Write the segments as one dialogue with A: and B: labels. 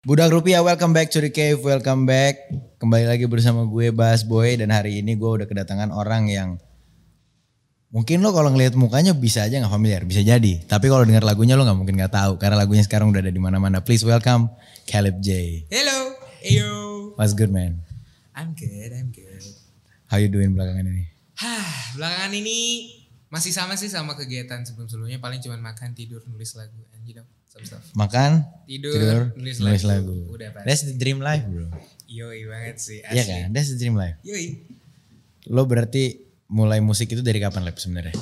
A: Budak Rupiah, welcome back to the cave, welcome back. Kembali lagi bersama gue Bas Boy dan hari ini gue udah kedatangan orang yang mungkin lo kalau ngelihat mukanya bisa aja nggak familiar, bisa jadi. Tapi kalau dengar lagunya lo nggak mungkin nggak tahu karena lagunya sekarang udah ada di mana-mana. Please welcome Caleb J.
B: Hello, ayo.
A: What's good man?
B: I'm good, I'm good.
A: How you doing belakangan ini?
B: Hah, belakangan ini masih sama sih sama kegiatan sebelum-sebelumnya. Paling cuma makan, tidur, nulis lagu, and you know, some stuff.
A: Makan,
B: Tidur,
A: tidur,
B: nulis,
A: nulis
B: lagu.
A: lagu.
B: Udah pasti.
A: That's the dream life bro.
B: Yoi banget sih,
A: Iya
B: asli.
A: kan? That's the dream life.
B: Yoi.
A: Lo berarti mulai musik itu dari kapan Lab sebenarnya?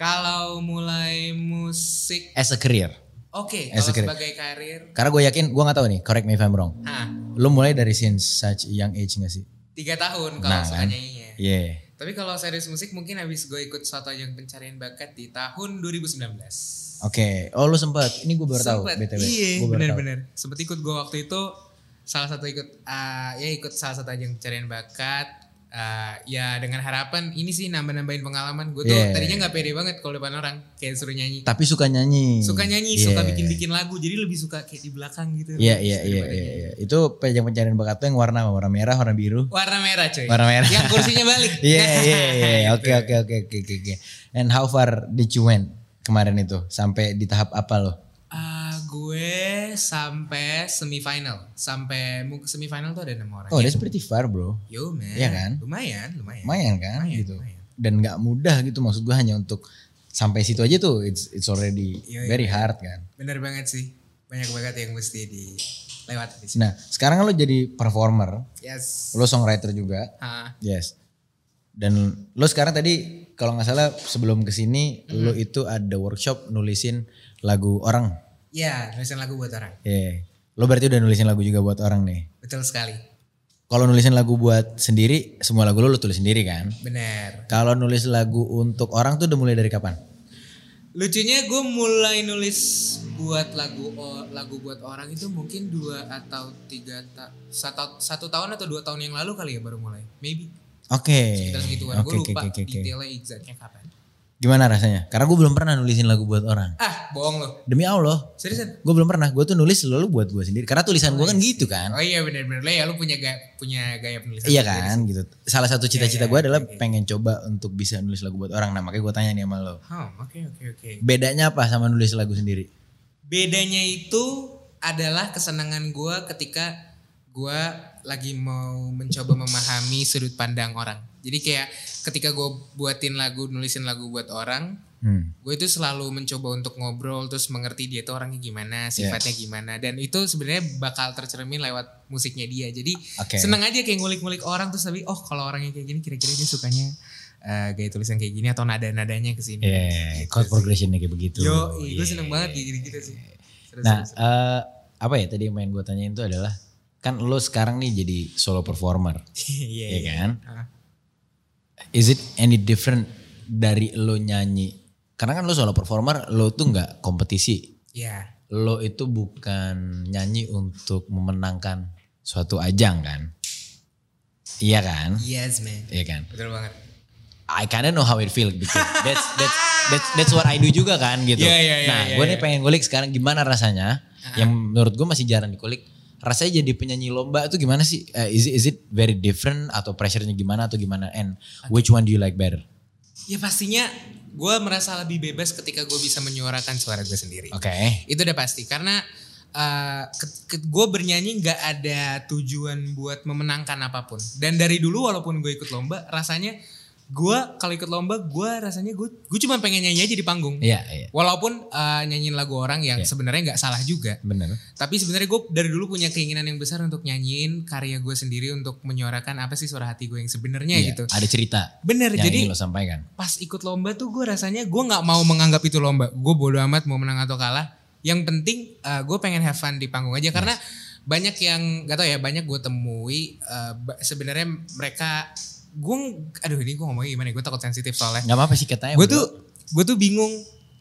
B: Kalau mulai musik,
A: As a career.
B: oke.
A: As a
B: kalau
A: career.
B: sebagai karir,
A: Karena gue yakin, gue nggak tahu nih, correct me if I'm wrong.
B: ah,
A: Lo mulai dari since such a young age gak sih?
B: tiga tahun kalau
A: Nah,
B: suka
A: kan.
B: nyanyinya.
A: Iya.
B: Tapi kalau serius musik mungkin habis gue ikut suatu ajang pencarian bakat di tahun 2019.
A: Oke. Oh lo sempet. Ini gue baru tahu.
B: Sempet.
A: BTW.
B: Iya,
A: Gua baru tahu.
B: benar-benar. Sempet ikut gue waktu itu salah satu ikut eh, ya ikut salah satu ajang pencarian bakat. Eh, ya dengan harapan ini sih nambah-nambahin pengalaman. Gue tuh
A: Iya.
B: tadinya nggak pede banget kalau depan orang kayak suruh nyanyi.
A: Tapi suka nyanyi.
B: Suka nyanyi,
A: Iya.
B: suka bikin-bikin lagu. Jadi lebih suka kayak di belakang gitu.
A: Iya iya iya
B: Daripada
A: iya.
B: nyanyi.
A: iya. Itu pejam pencarian bakat tuh yang warna apa? Warna merah, warna biru.
B: Warna merah coy.
A: Warna merah.
B: Yang kursinya balik.
A: Iya iya iya. Oke
B: Gitu.
A: oke oke oke oke, oke. And how far did you went kemarin itu? Sampai di tahap apa lo?
B: Ah, gue sampai semifinal, sampai mu- semifinal tuh ada enam orang.
A: Oh, that's pretty far bro.
B: Yo man.
A: Iya kan?
B: Lumayan, lumayan.
A: Lumayan kan
B: Lumayan,
A: gitu.
B: lumayan.
A: Dan nggak mudah gitu maksud gue hanya untuk sampai situ aja tuh it's it's already
B: Iya, iya.
A: very hard kan.
B: Bener banget sih. Banyak banget yang mesti dilewati di sini.
A: Nah, sekarang lo jadi performer,
B: Yes.
A: lo songwriter juga.
B: Ah,
A: Yes. Dan lo sekarang tadi kalau nggak salah sebelum kesini
B: Hmm.
A: lo itu ada workshop nulisin lagu orang.
B: ya, nulisan lagu buat orang.
A: Iya. Lo berarti udah nulisin lagu juga buat orang nih.
B: Betul sekali.
A: Kalau nulisin lagu buat sendiri, semua lagu lo lo tulis sendiri kan?
B: Bener.
A: Kalau nulis lagu untuk orang tuh udah mulai dari kapan?
B: Lucunya gue mulai nulis buat lagu o- lagu buat orang itu mungkin dua atau tiga ta- satu, satu tahun atau dua tahun yang lalu kali ya baru mulai. Maybe.
A: Oke.
B: Sekitar segituan.
A: Eh, Oke oke
B: gue lupa
A: oke oke.
B: detailnya exactnya kapan.
A: Gimana rasanya? Karena gue belum pernah nulisin lagu buat orang.
B: Ah, bohong loh.
A: Demi Allah,
B: Seriusan?
A: gue belum pernah. Gue tuh nulis selalu buat gue sendiri. Karena tulisan gue kan gitu kan.
B: Oh iya bener-bener. Lah ya lu punya gaya, punya gaya penulisan.
A: Iya
B: sendiri
A: kan gitu. Salah satu cita-cita
B: iya,
A: gue adalah
B: iya.
A: pengen coba untuk bisa nulis lagu buat orang. Nah makanya gue tanya nih sama lo.
B: sih. Oh, oke oke oke.
A: Bedanya apa sama nulis lagu sendiri?
B: Bedanya itu adalah kesenangan gua ketika gua lagi mau mencoba memahami sudut pandang orang. Jadi kayak ketika gue buatin lagu, nulisin lagu buat orang,
A: Hmm.
B: gue itu selalu mencoba untuk ngobrol terus mengerti dia tuh orangnya gimana, sifatnya gimana dan itu sebenarnya bakal tercermin lewat musiknya dia. Jadi
A: Oke.
B: seneng aja kayak ngulik-ngulik orang terus tapi oh kalau orangnya kayak gini kira-kira dia sukanya eh, gaya tulisan kayak gini atau nada-nadanya ke sini.
A: Eh, chord progressionnya kayak begitu.
B: Gitu Yo, gue
A: Iya.
B: seneng banget kayak gitu-gitu sih. Seru,
A: Nah
B: seru, seru.
A: eh, apa ya tadi yang pengen gue tanyain itu adalah kan lo sekarang nih jadi solo performer,
B: Iya
A: ya
B: iya.
A: kan?
B: Ah.
A: Is it any different dari lo nyanyi? Karena kan lo solo performer, lo tuh nggak kompetisi.
B: Iya.
A: Lo itu bukan nyanyi untuk memenangkan suatu ajang kan? Iya kan?
B: Yes man.
A: Iya kan?
B: Betul banget.
A: I kinda know how it feel because that's that's that's that's what I do juga kan gitu.
B: Iya, iya, iya,
A: nah,
B: iya,
A: gue nih
B: iya. Ah.
A: pengen ngulik sekarang gimana rasanya? Yang menurut gue masih jarang dikulik. Rasanya jadi penyanyi lomba itu gimana sih? Eh, is it is it very different atau pressure-nya gimana atau gimana? And which one do you like better?
B: Ya pastinya gue merasa lebih bebas ketika gue bisa menyuarakan suara gue sendiri.
A: Oke.
B: Itu udah pasti karena eh, gue bernyanyi nggak ada tujuan buat memenangkan apapun. Dan dari dulu walaupun gue ikut lomba, rasanya gue kalau ikut lomba gue rasanya gue gue cuma pengen nyanyi aja di panggung.
A: Iya, iya.
B: Walaupun eh, nyanyiin lagu orang yang sebenarnya nggak salah juga.
A: Bener.
B: Tapi sebenarnya gue dari dulu punya keinginan yang besar untuk nyanyiin karya gue sendiri untuk menyuarakan apa sih suara hati gue yang sebenarnya
A: Iya,
B: gitu.
A: Ada cerita
B: Bener,
A: yang
B: jadi
A: ingin lo sampaikan.
B: pas ikut lomba tuh gue rasanya gue nggak mau menganggap itu lomba. Gue bodo amat mau menang atau kalah. Yang penting gue pengen have fun di panggung aja karena banyak yang gak tau ya banyak gue temui eh, ba- sebenarnya mereka gue aduh ini gue ngomongnya gimana ya gue takut sensitif soalnya
A: Iya, Gak apa-apa sih katanya.
B: gue
A: bro.
B: tuh gue tuh bingung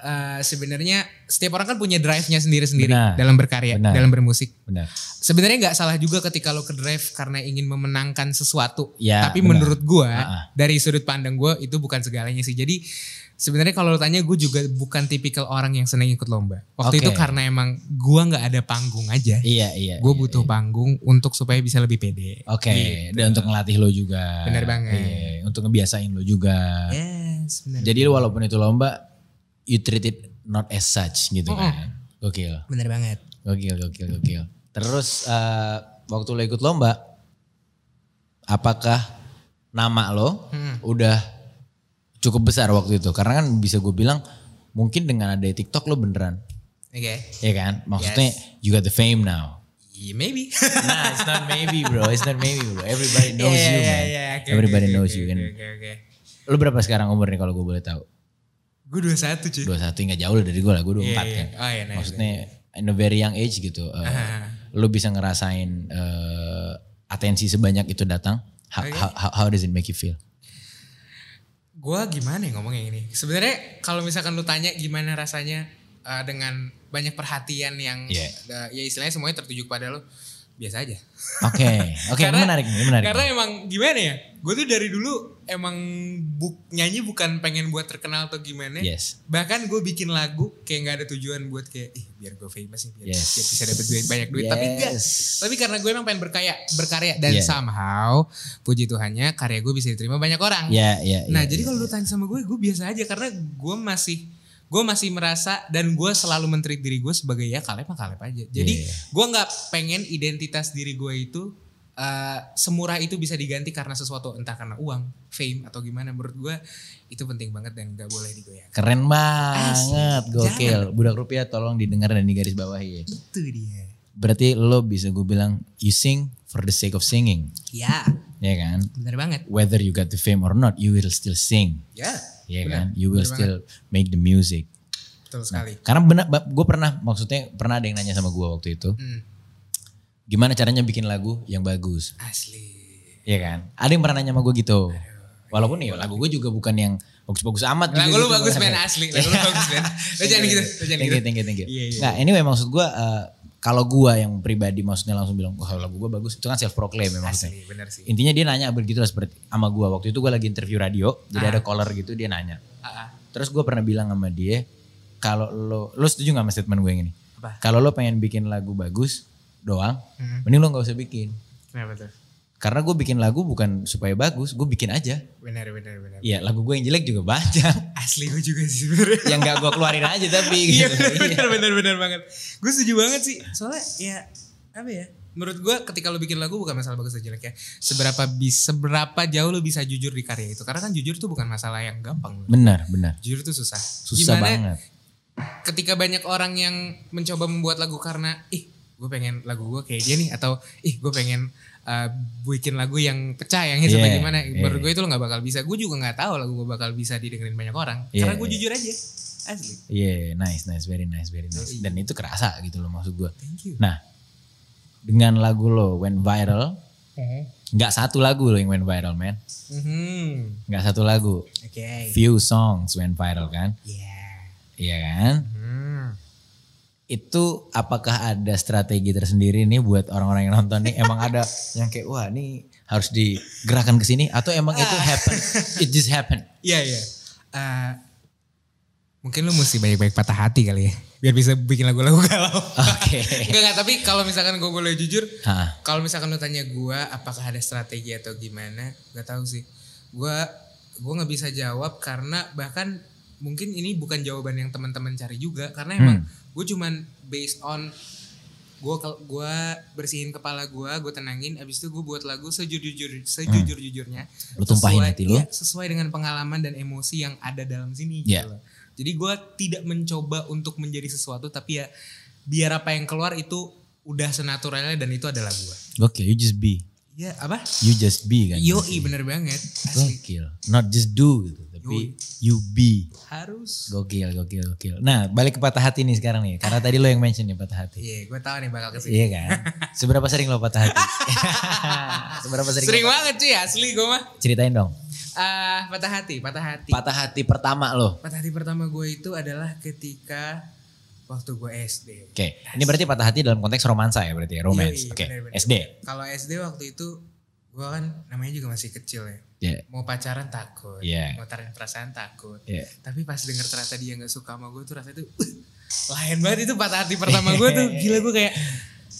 B: eh, sebenarnya setiap orang kan punya drive-nya sendiri-sendiri
A: Benar.
B: dalam berkarya,
A: Benar.
B: dalam bermusik.
A: benar
B: Sebenarnya nggak salah juga ketika lo ke drive karena ingin memenangkan sesuatu.
A: Ya, benar.
B: Tapi
A: ah.
B: menurut gua
A: Ah-ah.
B: dari sudut pandang gua itu bukan segalanya sih. Jadi sebenarnya kalau lo tanya gue juga bukan tipikal orang yang seneng ikut lomba. Waktu
A: Oke.
B: itu karena emang gua nggak ada panggung aja.
A: iya iya
B: Gue
A: iya,
B: butuh
A: iya.
B: panggung untuk supaya bisa lebih pede.
A: oke
B: Gitu.
A: dan untuk ngelatih lo juga
B: Benar banget.
A: Iya, untuk ngebiasain lo juga
B: Yes, benar.
A: jadi walaupun itu lomba you treat it not as such gitu
B: Mm-mm.
A: kan gokil
B: Bener banget.
A: Gokil, gokil, gokil. Terus eh, waktu lo ikut lomba, apakah nama lo
B: Hmm.
A: udah cukup besar waktu itu? Karena kan bisa gue bilang mungkin dengan ada TikTok lo beneran,
B: Oke.
A: ya kan? Maksudnya you got the fame now.
B: Yeah, maybe.
A: Nah, it's not maybe bro, it's not maybe bro. Everybody knows
B: Yeah,
A: you man.
B: yeah, yeah. Iya, Oke,
A: Everybody
B: oke,
A: knows
B: oke,
A: you
B: oke,
A: kan.
B: Oke oke.
A: Lo berapa sekarang umurnya kalau gue boleh tahu?
B: Gue 21 cuy.
A: 21 nggak jauh lah dari gue lah, gue 24
B: Iya, iya.
A: kan.
B: Oh iya, nice.
A: Maksudnya in a very young age gitu. eh,
B: Uh-huh.
A: lu bisa ngerasain eh, atensi sebanyak itu datang. How,
B: Oke.
A: how, how- how does it make you feel?
B: Gue gimana ya ngomongnya ini? Sebenarnya kalau misalkan lu tanya gimana rasanya eh, dengan banyak perhatian yang
A: Iya.
B: eh, ya istilahnya semuanya tertuju pada lu biasa aja.
A: Oke, oke ini
B: Karena-
A: menarik nih, ini menarik.
B: Karena
A: nih.
B: emang gimana ya? Gue tuh dari dulu emang buk nyanyi bukan pengen buat terkenal atau gimana.
A: yes,
B: bahkan gue bikin lagu kayak nggak ada tujuan buat kayak ih biar gue famous nih biar,
A: Yes.
B: biar bisa dapet duit banyak duit tapi enggak
A: Yes.
B: tapi karena gue emang pengen berkaya berkarya dan
A: Yeah.
B: somehow puji tuhannya karya gue bisa diterima banyak orang
A: ya, ya.
B: nah
A: ya,
B: jadi
A: ya.
B: kalau lu tanya sama gue gue biasa aja karena gue masih gue masih merasa dan gue selalu menteri diri gue sebagai ya kalep mah kalep aja jadi
A: Yeah.
B: gue nggak pengen identitas diri gue itu eh, semurah itu bisa diganti karena sesuatu entah karena uang fame atau gimana menurut gue itu penting banget dan nggak boleh digoyang
A: keren banget,
B: Asli,
A: gokil. Budak rupiah tolong didengar dan digaris bawahi. ya.
B: itu dia
A: Berarti lo bisa gue bilang you sing for the sake of singing,
B: Ya,
A: ya kan?
B: bener banget.
A: Whether you got the fame or not, you will still sing,
B: Ya,
A: ya
B: Benar,
A: kan? You will
B: benar
A: still make the music.
B: betul sekali.
A: Karena benar, gue pernah maksudnya pernah ada yang nanya sama gue waktu itu,
B: Hmm,
A: gimana caranya bikin lagu yang bagus,
B: asli.
A: ya kan? Ada yang pernah nanya sama gue gitu. Walaupun ya lagu gue juga bukan yang bagus-bagus amat.
B: Lagu
A: gitu,
B: lu
A: gitu.
B: bagus men asli. Lagu lu bagus men. Lu jangan gitu, lu jangan
A: Thank
B: gitu.
A: you, thank you, thank you.
B: Iya, iya.
A: Nah, anyway maksud gue eh, kalau gue yang pribadi maksudnya langsung bilang wah lagu gue bagus itu kan self proclaim memang.
B: Asli, bener sih.
A: Intinya dia nanya begitu lah seperti sama gue waktu itu gue lagi interview radio, jadi ada caller gitu dia nanya.
B: Ah, ah.
A: Terus gue pernah bilang sama dia, kalau lo, lo setuju gak sama statement gue yang ini?
B: Apa?
A: Kalau lo pengen bikin lagu bagus doang,
B: Hmm.
A: mending lo gak usah bikin.
B: Kenapa tuh?
A: Karena gue bikin lagu bukan supaya bagus, gue bikin aja.
B: Bener, bener, bener.
A: Iya lagu gue yang jelek juga banyak.
B: Ya, Asli gue juga sih sebenernya.
A: yang gak gue keluarin aja tapi.
B: Iya
A: gitu.
B: bener, bener, bener, bener banget. Gue setuju banget sih. Soalnya ya, apa ya. Menurut gue ketika lu bikin lagu bukan masalah bagus atau jelek ya. Seberapa, bis, seberapa jauh lu bisa jujur di karya itu. Karena kan jujur tuh bukan masalah yang gampang.
A: Benar, benar.
B: Jujur tuh susah.
A: Susah
B: Gimana
A: banget.
B: ketika banyak orang yang mencoba membuat lagu karena ih gue pengen lagu gue kayak dia nih atau ih gue pengen uh, bikin lagu yang pecah yang hits atau
A: Yeah,
B: gimana
A: yeah.
B: menurut gue itu lo nggak bakal bisa gue juga nggak tahu lagu gue bakal bisa didengerin banyak orang
A: Yeah,
B: karena gue
A: yeah.
B: jujur aja asli
A: Iya, nice, nice, very nice, very nice. Dan itu kerasa gitu loh maksud gue.
B: thank you
A: Nah, dengan lagu lo went viral, nggak satu lagu lo yang went viral, man.
B: Mhm.
A: Nggak satu lagu.
B: oke
A: Few songs went viral kan?
B: yeah
A: Iya kan?
B: Hmm.
A: itu apakah ada strategi tersendiri nih buat orang-orang yang nonton nih emang ada yang kayak wah ini harus digerakkan ke sini atau emang itu happen it just happen
B: Iya iya. Eh, mungkin lu mesti baik-baik patah hati kali ya. Biar bisa bikin lagu-lagu galau.
A: Oke.
B: Enggak enggak, tapi kalau misalkan gue boleh jujur.
A: Hah.
B: Kalau misalkan lu tanya gue apakah ada strategi atau gimana. Gak tahu sih. Gue gue nggak bisa jawab karena bahkan mungkin ini bukan jawaban yang teman-teman cari juga karena emang
A: Hmm.
B: gue cuman based on gue gue bersihin kepala gue gue tenangin abis itu gue buat lagu sejujur sejujur jujurnya
A: Hmm. Lu tumpahin hati lu.
B: Iya, sesuai dengan pengalaman dan emosi yang ada dalam sini
A: Iya.
B: gitu loh. Jadi gue tidak mencoba untuk menjadi sesuatu tapi ya biar apa yang keluar itu udah senaturalnya dan itu adalah gue.
A: gokil you just be
B: Ya apa?
A: you just be kan
B: Yoi bener banget. Asli.
A: gokil not just do gitu tapi tapi you be.
B: harus
A: Gokil, gokil, gokil. Nah, balik ke patah hati nih sekarang nih. Karena tadi lo yang mention nih patah hati.
B: iya gue tahu nih bakal kesini
A: Iya kan? Seberapa sering lo patah hati? Seberapa sering?
B: sering banget cuy asli gue mah
A: Ceritain dong.
B: Ah, patah hati patah hati
A: Patah hati pertama lo.
B: patah hati pertama gue itu adalah ketika waktu gue SD
A: Oke, ini berarti patah hati dalam konteks romansa ya berarti ya, romance.
B: Yoi,
A: Oke,
B: bener-bener.
A: SD.
B: kalau SD waktu itu gue kan namanya juga masih kecil ya
A: Iya.
B: mau pacaran takut
A: Iya.
B: mau tarik perasaan takut
A: Iya.
B: tapi pas denger ternyata dia nggak suka sama gue tuh rasanya tuh lain banget itu patah hati pertama gue tuh gila gue kayak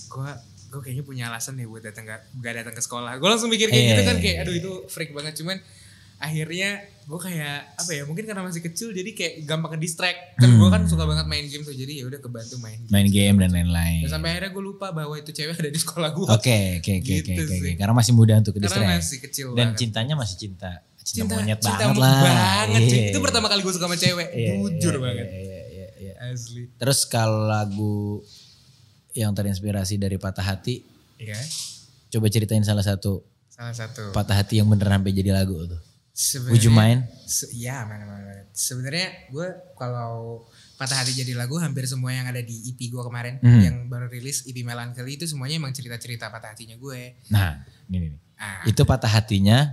B: gue gue kayaknya punya alasan deh buat datang gak, gak datang ke sekolah gue langsung mikir kayak
A: Iya,
B: gitu kan
A: iya,
B: kayak
A: iya.
B: aduh itu freak banget cuman akhirnya gue kayak apa ya mungkin karena masih kecil jadi kayak gampang ke distract dan
A: Hmm.
B: gue kan suka banget main game tuh jadi ya udah kebantu main game
A: Main game dan lain-lain.
B: dan sampai akhirnya gue lupa bahwa itu cewek ada di sekolah gue
A: Oke, oke, oke, oke,
B: Gitu
A: oke, oke.
B: sih.
A: Karena masih muda untuk ke
B: karena
A: distract.
B: masih kecil
A: Dan
B: banget
A: cintanya masih cinta. Cinta,
B: cinta
A: monyet
B: cinta
A: banget
B: banget,
A: lah.
B: cuy.
A: Iya,
B: itu pertama kali gue suka sama cewek
A: iya,
B: jujur
A: iya,
B: banget
A: iya, iya, iya, iya.
B: asli
A: Terus kalau lagu yang terinspirasi dari patah hati,
B: Iya.
A: coba ceritain salah satu
B: salah satu
A: patah hati yang beneran sampai jadi lagu tuh.
B: Sebenarnya-
A: Would you mind?
B: Se- ya mana mana. Sebenarnya gue kalau patah hati jadi lagu hampir semua yang ada di EP gue kemarin
A: Hmm.
B: yang baru rilis EP Melancholy itu semuanya emang cerita-cerita patah hatinya gue.
A: Nah, ini nih.
B: Ah,
A: Itu patah hatinya,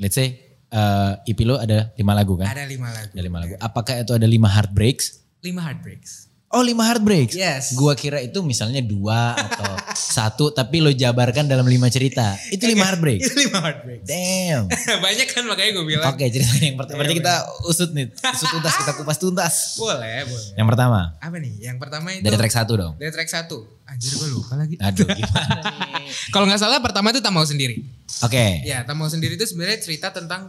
A: let's say eh EP lo ada lima lagu kan?
B: ada lima lagu.
A: Ada lima lagu. Apakah itu ada lima heartbreaks?
B: Lima heartbreaks.
A: Oh lima heartbreaks?
B: Yes.
A: Gua kira itu misalnya dua atau satu tapi lo jabarkan dalam lima cerita. Itu lima heartbreaks?
B: Itu lima heartbreaks.
A: Damn.
B: Banyak kan makanya gue bilang.
A: Oke cerita yang pertama. Berarti kita usut nih. Usut tuntas, kita kupas tuntas.
B: Boleh, boleh.
A: Yang pertama.
B: Apa nih? Yang pertama itu
A: Dari track Ah, satu dong.
B: dari track satu. Anjir gue lupa lagi.
A: Aduh gimana nih.
B: Kalau nggak salah pertama itu tak mau sendiri.
A: Oke.
B: Ya, tamu sendiri itu sebenarnya cerita tentang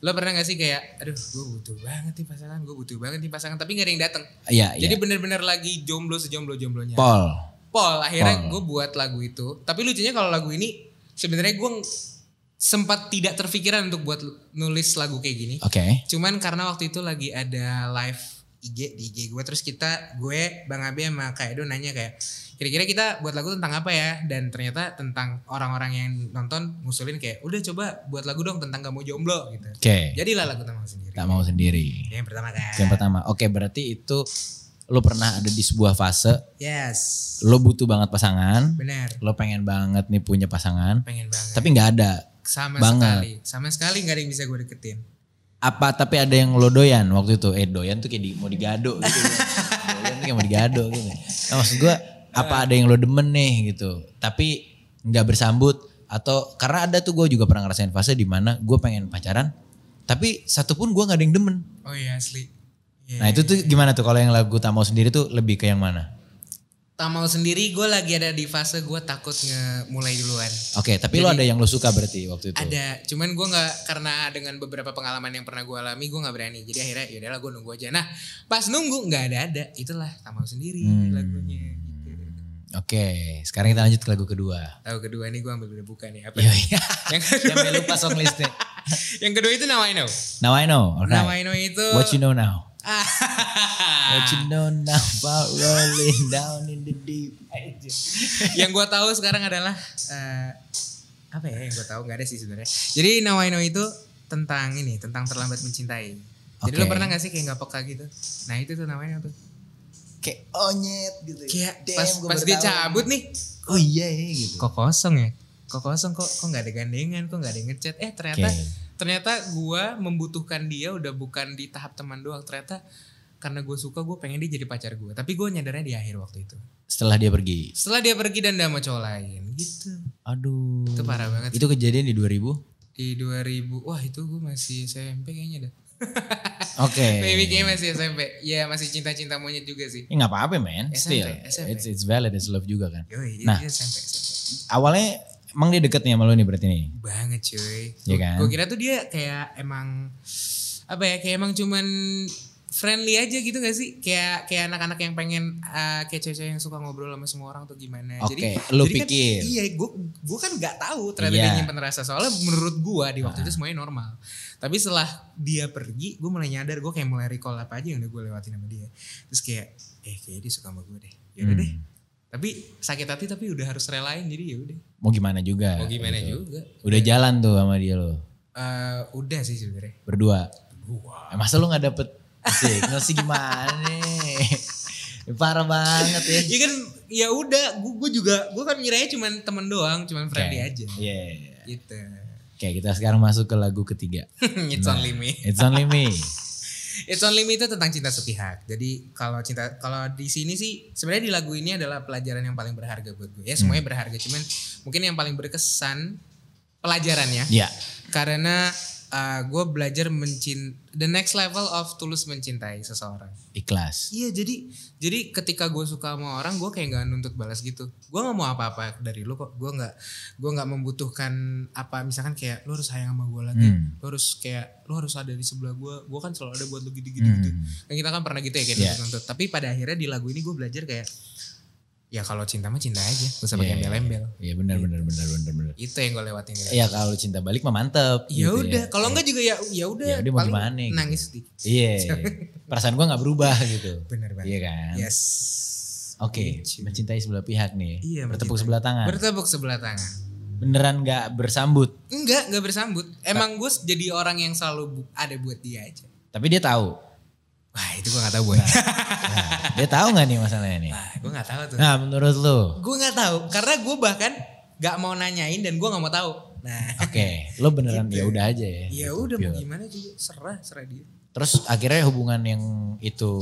B: lo pernah gak sih kayak aduh gue butuh banget nih pasangan gue butuh banget nih pasangan tapi gak ada yang datang
A: Iya,
B: jadi
A: iya.
B: bener-bener lagi jomblo sejomblo jomblonya Pol,
A: Paul. Pol.
B: akhirnya gue buat lagu itu tapi lucunya kalau lagu ini sebenarnya gue ng- sempat tidak terpikiran untuk buat l- nulis lagu kayak gini
A: Oke.
B: cuman karena waktu itu lagi ada live IG di IG gue terus kita gue Bang Abi sama Kak Edo nanya kayak kira-kira kita buat lagu tentang apa ya dan ternyata tentang orang-orang yang nonton ngusulin kayak udah coba buat lagu dong tentang kamu jomblo gitu
A: Oke.
B: jadilah lagu tentang sendiri
A: Tak mau sendiri.
B: yang pertama kan
A: Yang pertama. Oke berarti itu lo pernah ada di sebuah fase.
B: yes
A: Lo butuh banget pasangan.
B: benar
A: Lo pengen banget nih punya pasangan.
B: pengen banget
A: Tapi nggak ada.
B: sama
A: banget.
B: sekali sama sekali nggak ada yang bisa gue deketin
A: apa tapi ada yang lo doyan waktu itu eh doyan tuh kayak di, mau digado gitu doyan tuh kayak mau digado gitu nah, maksud gue apa ada yang lo demen nih gitu tapi nggak bersambut atau karena ada tuh gue juga pernah ngerasain fase di mana gue pengen pacaran tapi satu pun gue nggak ada yang demen
B: oh iya asli Iya.
A: nah itu tuh gimana tuh kalau yang lagu tak mau sendiri tuh lebih ke yang mana
B: tak mau sendiri gue lagi ada di fase gue takut ngemulai duluan
A: oke tapi lo ada yang lo suka berarti waktu itu
B: Ada, cuman gue nggak karena dengan beberapa pengalaman yang pernah gue alami gue nggak berani. Jadi akhirnya yaudahlah gue nunggu aja. Nah pas nunggu nggak ada ada, itulah tamu sendiri
A: Hmm.
B: lagunya. Gitu.
A: oke sekarang kita lanjut ke lagu kedua
B: Tahu kedua ini gue ambil udah buka nih apa?
A: Yoi.
B: nih? yang kedua,
A: jangan lupa song listnya
B: yang kedua itu Now I Know.
A: now I know alright
B: Now I Know Ah. itu.
A: Nah, what you know now
B: Ah,
A: What you know now about rolling down in the deep.
B: yang gue tahu sekarang adalah eh, apa ya yang gue tahu nggak ada sih sebenarnya. Jadi Now I Know itu tentang ini tentang terlambat mencintai. Jadi lo
A: Oke.
B: pernah gak sih kayak nggak peka gitu? Nah itu tuh namanya tuh.
A: Kayak onyet gitu.
B: Kayak
A: Damn,
B: pas
A: gua
B: pas
A: baru
B: dia
A: tahu.
B: cabut nih,
A: Oh iya iya gitu.
B: kok kosong ya kok kosong kok kok nggak ada gandengan kok nggak ada ngechat eh ternyata
A: Oke.
B: ternyata gua membutuhkan dia udah bukan di tahap teman doang ternyata karena gue suka gue pengen dia jadi pacar gue tapi gue nyadarnya di akhir waktu itu
A: Setelah dia pergi.
B: setelah dia pergi dan dia sama cowok lain gitu
A: Aduh.
B: itu parah banget
A: Itu kejadian di 2000. Oke.
B: di 2000 wah itu gue masih SMP kayaknya dah
A: Okay.
B: baby kayaknya masih SMP ya masih cinta-cinta monyet juga sih
A: Ya nggak apa-apa man.
B: SMP,
A: Still.
B: SMP.
A: It's, it's valid. It's love juga kan.
B: Yoi,
A: Nah.
B: iya SMP, SMP.
A: Awalnya emang dia deket nih sama lo nih berarti nih.
B: banget cuy.
A: Iya kan?
B: Gue kira tuh dia kayak emang apa ya kayak emang cuman friendly aja gitu gak sih? Kayak kayak anak-anak yang pengen eh, kayak cewek-cewek yang suka ngobrol sama semua orang tuh gimana.
A: Oke, lu pikir.
B: Kan, iya, gue gua kan nggak tahu ternyata
A: Iya. Ah.
B: dia nyimpen rasa soalnya menurut gua di waktu itu semuanya normal. Tapi setelah dia pergi, gue mulai nyadar gue kayak mulai recall apa aja yang udah gue lewatin sama dia. Terus kayak eh kayaknya dia suka sama gue deh. Ya udah
A: Hmm.
B: deh. Tapi sakit hati tapi udah harus relain jadi ya udah.
A: Mau gimana juga.
B: Mau gimana
A: gitu.
B: juga.
A: Udah jalan tuh sama dia lo.
B: Eh, udah sih sebenarnya.
A: Berdua. Eh, masa lu nggak dapet signal sih gimana nih? Parah banget ya.
B: Ya kan ya udah gue juga gue kan ngiranya cuman temen doang cuman friendly
A: Oke.
B: aja
A: Iya.
B: gitu
A: Oke kita sekarang masuk ke lagu ketiga.
B: it's
A: Nah,
B: only me
A: It's only me.
B: it's only me itu tentang cinta sepihak jadi kalau cinta kalau di sini sih sebenarnya di lagu ini adalah pelajaran yang paling berharga buat gue ya
A: Hmm.
B: semuanya berharga cuman mungkin yang paling berkesan pelajarannya
A: Iya.
B: karena gue belajar mencin the next level of tulus mencintai seseorang
A: Ikhlas.
B: Iya jadi jadi ketika gue suka sama orang gue kayak nggak nuntut balas gitu. Gue nggak mau apa-apa dari lu kok. Gue nggak gue nggak membutuhkan apa misalkan kayak lu harus sayang sama gue lagi.
A: Hmm.
B: Lu harus kayak lu harus ada di sebelah gue. Gue kan selalu ada buat lu gitu-gitu. gitu.
A: Hmm.
B: Kan kita kan pernah gitu ya kayak
A: Iya.
B: nuntut-nuntut. Tapi pada akhirnya di lagu ini gue belajar kayak ya kalau cinta mah cinta aja. Gak usah pakai
A: Iya,
B: embel-embel.
A: Iya benar benar benar benar benar.
B: Itu yang gue lewatin. gitu.
A: Iya kalau cinta balik mah mantep.
B: Ya
A: gitu
B: udah. Kalau enggak juga ya
A: Ya
B: ya udah.
A: udah, mau
B: paling
A: gimana gitu.
B: Nangis sedikit.
A: Iya. Perasaan gua nggak berubah gitu.
B: Bener banget.
A: Iya kan.
B: Yes.
A: Oke,
B: Lucu.
A: mencintai sebelah pihak nih.
B: Iya,
A: Bertepuk
B: mencintai.
A: sebelah tangan.
B: Bertepuk sebelah tangan.
A: Beneran nggak bersambut,
B: Enggak, enggak bersambut. Emang gue jadi orang yang selalu bu- ada buat dia aja.
A: tapi dia tahu.
B: Wah itu gue gak tahu boy.
A: Nah, dia tahu nggak nih masalahnya nih?
B: Wah, gue gak tahu tuh.
A: Nah, menurut lu.
B: Gue gak tahu karena gue bahkan gak mau nanyain dan gue gak mau tahu. Nah,
A: Oke, lu beneran
B: Gitu.
A: ya udah aja ya.
B: ya
A: gitu,
B: udah mau
A: pure.
B: gimana juga serah serah dia.
A: Terus akhirnya hubungan yang itu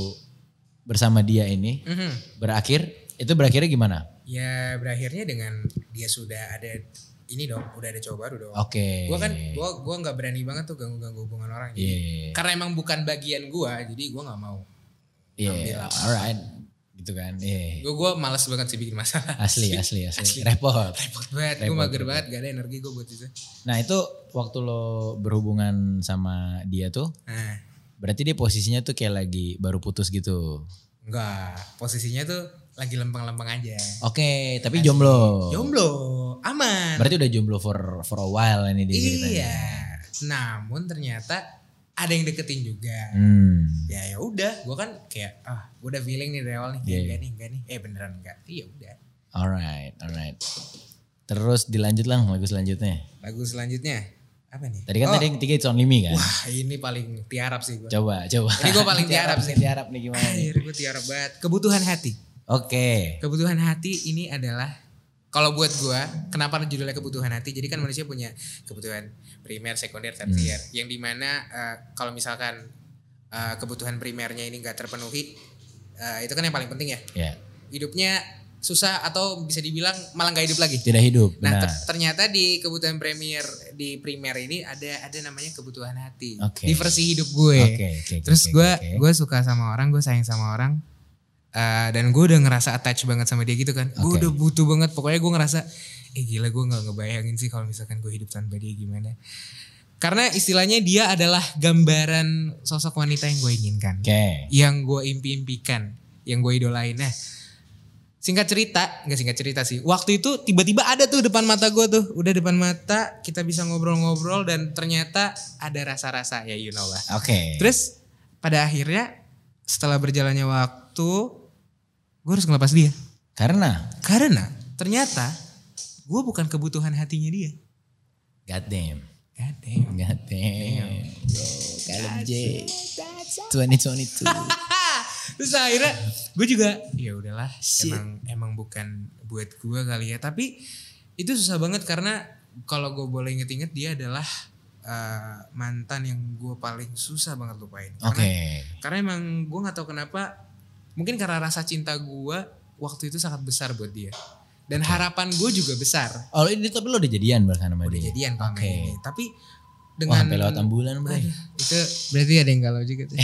A: bersama dia ini
B: Mhm.
A: berakhir, itu berakhirnya gimana?
B: Ya berakhirnya dengan dia sudah ada ini dong, udah ada cowok baru dong.
A: Oke.
B: Gue kan gue gua kan nggak berani banget tuh ganggu-ganggu hubungan orang.
A: Iya.
B: Jadi- Karena emang bukan bagian gue, jadi gue nggak mau.
A: Iya,
B: ambil
A: alright. Gitu kan. Iya.
B: Gue gue malas banget sih bikin masalah.
A: Asli, asli, asli,
B: Asli.
A: Repot.
B: Repot banget, gue
A: Repot,
B: mager
A: repot.
B: banget, gak ada energi gue buat itu.
A: Nah, itu waktu lo berhubungan sama dia tuh
B: Nah,
A: Berarti dia posisinya tuh kayak lagi baru putus gitu.
B: Enggak, posisinya tuh lagi lempeng-lempeng aja.
A: Oke, tapi jomblo.
B: Jomblo, aman.
A: Berarti udah jomblo for for a while ini dia ceritanya.
B: iya. Namun ternyata ada yang deketin juga.
A: Hmm.
B: Ya ya udah, gua kan kayak ah, gua udah feeling nih dari awal nih,
A: Iya, iya.
B: enggak nih, enggak nih. Eh beneran enggak. Iya udah.
A: Alright, alright. Terus dilanjut lang lagu selanjutnya.
B: Lagu selanjutnya apa nih?
A: Tadi kan
B: Oh,
A: tadi yang ketiga It's Only Me kan?
B: wah, ini paling tiarap sih gua.
A: Coba, coba.
B: Ini gua paling tiarap sih.
A: Tiarap nih gimana nih?
B: Anjir, gua tiarap banget. Kebutuhan hati.
A: Oke.
B: Kebutuhan hati ini adalah kalau buat gua, kenapa judulnya kebutuhan hati? Jadi kan manusia punya kebutuhan primer, sekunder, tersier.
A: Hmm.
B: Yang dimana eh, kalau misalkan eh, kebutuhan primernya ini nggak terpenuhi, eh, itu kan yang paling penting ya.
A: Ya,
B: Hidupnya susah atau bisa dibilang malah nggak hidup lagi.
A: tidak hidup. Benar.
B: Nah, ter- ternyata di kebutuhan premier di primer ini ada ada namanya kebutuhan hati.
A: Oke.
B: Di versi hidup gue.
A: Oke, oke. oke,
B: Terus
A: oke,
B: gue
A: oke.
B: gue suka sama orang, gue sayang sama orang, Eh, dan gue udah ngerasa attach banget sama dia gitu kan.
A: Oke.
B: Gue udah butuh banget, pokoknya gue ngerasa, eh gila gue nggak ngebayangin sih kalau misalkan gue hidup tanpa dia gimana. Karena istilahnya dia adalah gambaran sosok wanita yang gue inginkan,
A: Oke.
B: yang gue impi-impikan, yang gue idolain. Nah, singkat cerita, nggak singkat cerita sih. Waktu itu tiba-tiba ada tuh depan mata gue tuh, udah depan mata kita bisa ngobrol-ngobrol dan ternyata ada rasa-rasa ya you know lah.
A: Oke.
B: Terus pada akhirnya setelah berjalannya waktu gue harus ngelepas dia.
A: Karena
B: Karena ternyata gue bukan kebutuhan hatinya dia.
A: God damn.
B: God damn.
A: God damn. Yo, Caleb J. 2022.
B: Terus akhirnya gue juga ya udahlah emang emang bukan buat gue kali ya. Tapi itu susah banget karena kalau gue boleh inget-inget dia adalah eh, mantan yang gue paling susah banget lupain. Karena
A: Oke.
B: Karena emang gue nggak tahu kenapa, mungkin karena rasa cinta gue waktu itu sangat besar buat dia. Dan harapan gue juga besar.
A: Oh ini tapi lo udah jadian bahkan sama
B: Udah
A: dia.
B: jadian Pak
A: Oke.
B: Mei. Tapi
A: Wah
B: dengan
A: sampai lewat ambulan boy.
B: Aduh, itu berarti ada yang galau juga tuh.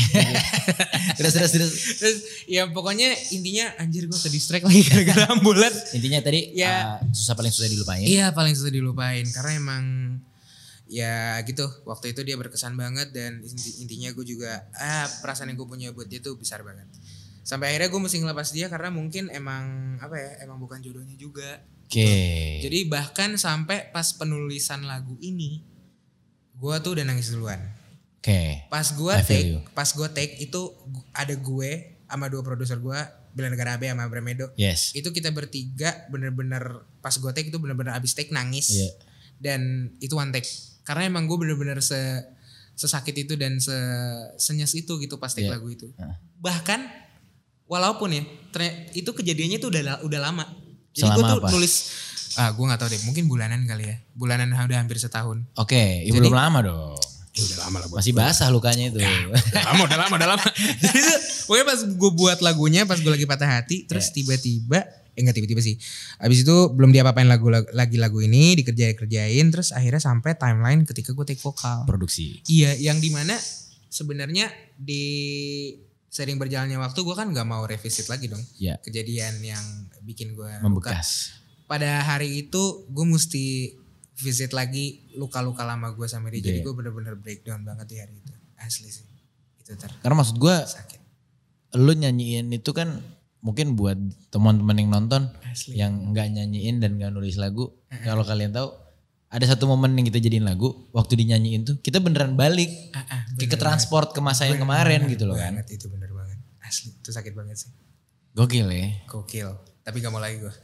A: terus terus terus.
B: Terus ya pokoknya intinya anjir gue ke distract lagi gara-gara ambulan.
A: Intinya tadi
B: Ya.
A: uh, susah paling susah dilupain.
B: Iya paling susah dilupain karena emang ya gitu waktu itu dia berkesan banget dan inti- intinya gue juga ah perasaan yang gue punya buat dia tuh besar banget sampai akhirnya gue mesti ngelepas dia karena mungkin emang apa ya emang bukan jodohnya juga
A: Oke.
B: jadi bahkan sampai pas penulisan lagu ini gue tuh udah nangis duluan
A: Oke.
B: pas gue
A: I feel you.
B: take pas gue take itu gu- ada gue sama dua produser gue Bela Negara Abe sama Bremedo
A: Yes.
B: itu kita bertiga bener-bener pas gue take itu bener-bener abis take nangis
A: Iya.
B: dan itu one take karena emang gue bener-bener se sesakit itu dan se senyes itu gitu pas take
A: Iya.
B: lagu itu.
A: Heeh.
B: Bahkan walaupun ya terny- itu kejadiannya itu udah la- udah lama. Jadi gue
A: Selama
B: tuh
A: apa?
B: nulis ah gue nggak tahu deh mungkin bulanan kali ya bulanan udah hampir setahun
A: Oke, ya
B: Jadi- Ya
A: belum lama dong.
B: udah lama lah Ya.
A: Masih basah lukanya itu.
B: udah lama udah lama udah lama jadi tuh pokoknya pas gue buat lagunya pas gue lagi patah hati terus tiba-tiba eh enggak tiba-tiba sih abis itu belum diapa-apain lagu lagi lagu ini dikerjain kerjain terus akhirnya sampai timeline ketika gue take vokal
A: Produksi.
B: iya yang dimana sebenarnya di sering berjalannya waktu gue kan nggak mau revisit lagi dong
A: Ya,
B: kejadian yang bikin gue
A: membekas.
B: pada hari itu gue mesti visit lagi luka-luka lama gue sama dia jadi gue bener-bener breakdown banget di hari itu asli sih itu ter
A: Karena maksud gue,
B: sakit
A: lu nyanyiin itu kan mungkin buat teman-teman yang nonton
B: asli
A: yang nggak nyanyiin dan nggak nulis lagu. Kalau kalian tahu, ada satu momen yang kita jadiin lagu waktu dinyanyiin tuh kita beneran balik
B: Ah, ah,
A: ke,
B: bener
A: ke transport ke masa yang
B: banget.
A: kemarin gitu loh kan.
B: banget itu bener banget asli itu sakit banget sih
A: Gokil ya.
B: gokil tapi gak mau lagi gue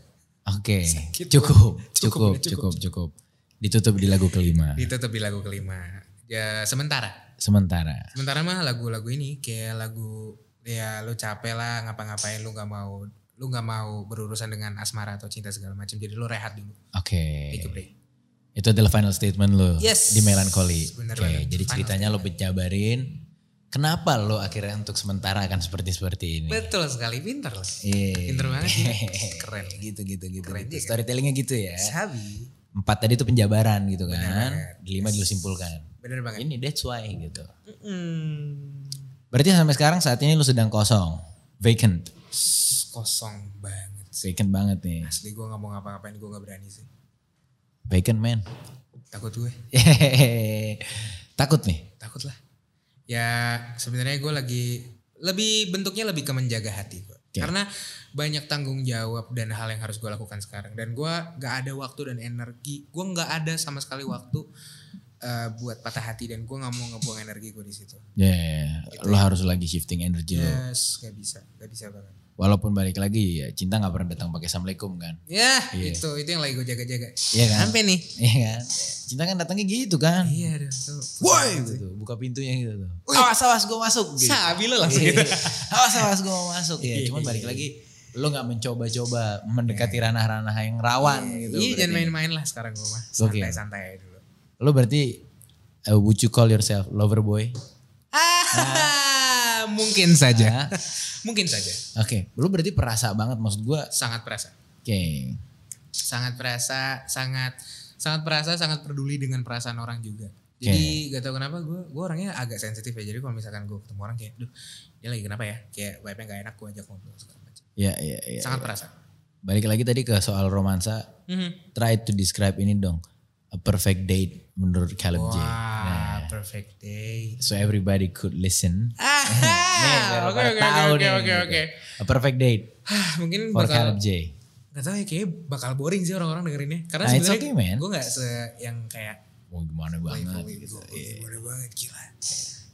A: Oke,
B: Sakit
A: cukup,
B: banget. Cukup,
A: cukup,
B: udah
A: cukup, cukup. Ditutup di lagu kelima.
B: ditutup di lagu kelima ya sementara
A: Sementara.
B: sementara mah lagu-lagu ini kayak lagu ya lu capek lah ngapa-ngapain lu nggak mau lu nggak mau berurusan dengan asmara atau cinta segala macam jadi lu rehat dulu
A: Oke.
B: take a break
A: Itu adalah final statement lo
B: Yes.
A: di Melancholy.
B: Bener
A: Oke,
B: banget.
A: jadi
B: Final
A: ceritanya lo jabarin kenapa lo akhirnya untuk sementara akan seperti seperti ini.
B: betul sekali pinter lah
A: Iya.
B: Pinter banget sih. Keren.
A: gitu gitu gitu.
B: Keren
A: gitu.
B: juga.
A: Storytellingnya gitu ya.
B: Sabi.
A: Empat tadi itu penjabaran gitu kan.
B: banget.
A: Lima lo simpulkan.
B: Bener banget.
A: Ini that's why gitu.
B: Mm,
A: Berarti sampai sekarang saat ini lo sedang kosong, vacant,
B: kosong banget.
A: vacant banget nih,
B: Asli gue gak mau ngapa-ngapain gue gak berani sih.
A: vacant man.
B: Takut gue.
A: Takut nih.
B: Takut lah. Ya sebenarnya gue lagi lebih bentuknya lebih ke menjaga hati gue.
A: Oke.
B: Karena banyak tanggung jawab dan hal yang harus gue lakukan sekarang. Dan gue gak ada waktu dan energi. Gue gak ada sama sekali waktu eh, buat patah hati. Dan gue gak mau ngebuang energi gue di situ.
A: Ya,
B: Gitu
A: lo harus lagi shifting energi lo.
B: Yes, gak bisa. Gak bisa banget.
A: Walaupun balik lagi ya cinta nggak pernah datang pakai assalamualaikum kan.
B: Ya
A: Iya.
B: itu, itu yang lagi gue jaga-jaga.
A: Iya kan?
B: Sampai nih.
A: Iya kan? Cinta kan datangnya gitu kan.
B: Iya dong. tuh.
A: Gitu tuh, buka pintunya gitu tuh. Awas awas gue masuk gitu.
B: Sabi lo langsung gitu.
A: awas awas gue mau masuk
B: Iya,
A: ya. Cuman balik lagi lo nggak mencoba-coba mendekati ranah-ranah yang rawan gitu.
B: Iya jangan
A: berarti.
B: main-main lah sekarang gue mah.
A: Oke.
B: Santai-santai aja dulu.
A: Lo berarti uh, would you call yourself lover boy?
B: Ah, mungkin saja. mungkin saja.
A: Oke, lo berarti perasa banget maksud gue.
B: Sangat perasa.
A: Oke,
B: Sangat perasa, sangat sangat perasa, sangat peduli dengan perasaan orang juga. Jadi gak tau kenapa gue gue orangnya agak sensitif ya. Jadi kalau misalkan gue ketemu orang kayak, duh dia lagi kenapa ya? Kayak vibe-nya gak enak gue ajak ngobrol segala macam.
A: ya ya ya.
B: Sangat perasa.
A: Balik lagi tadi ke soal romansa.
B: Mhm.
A: Try to describe ini dong. A perfect date menurut Caleb J. Nah.
B: Wah, perfect day.
A: So everybody could listen. Nih, biar
B: Ah,
A: lo
B: oke
A: pada
B: oke
A: tahu
B: oke
A: nih,
B: oke
A: gitu.
B: oke.
A: A perfect date
B: Hah, mungkin
A: for
B: bakal
A: Caleb J.
B: Gak tau ya kayaknya bakal boring sih orang-orang dengerinnya Karena
A: Nah, it's
B: sebenarnya
A: okay, man.
B: gue gak se yang kayak
A: Wah gimana banget. Iya.
B: playful gitu Gue bodoh banget gila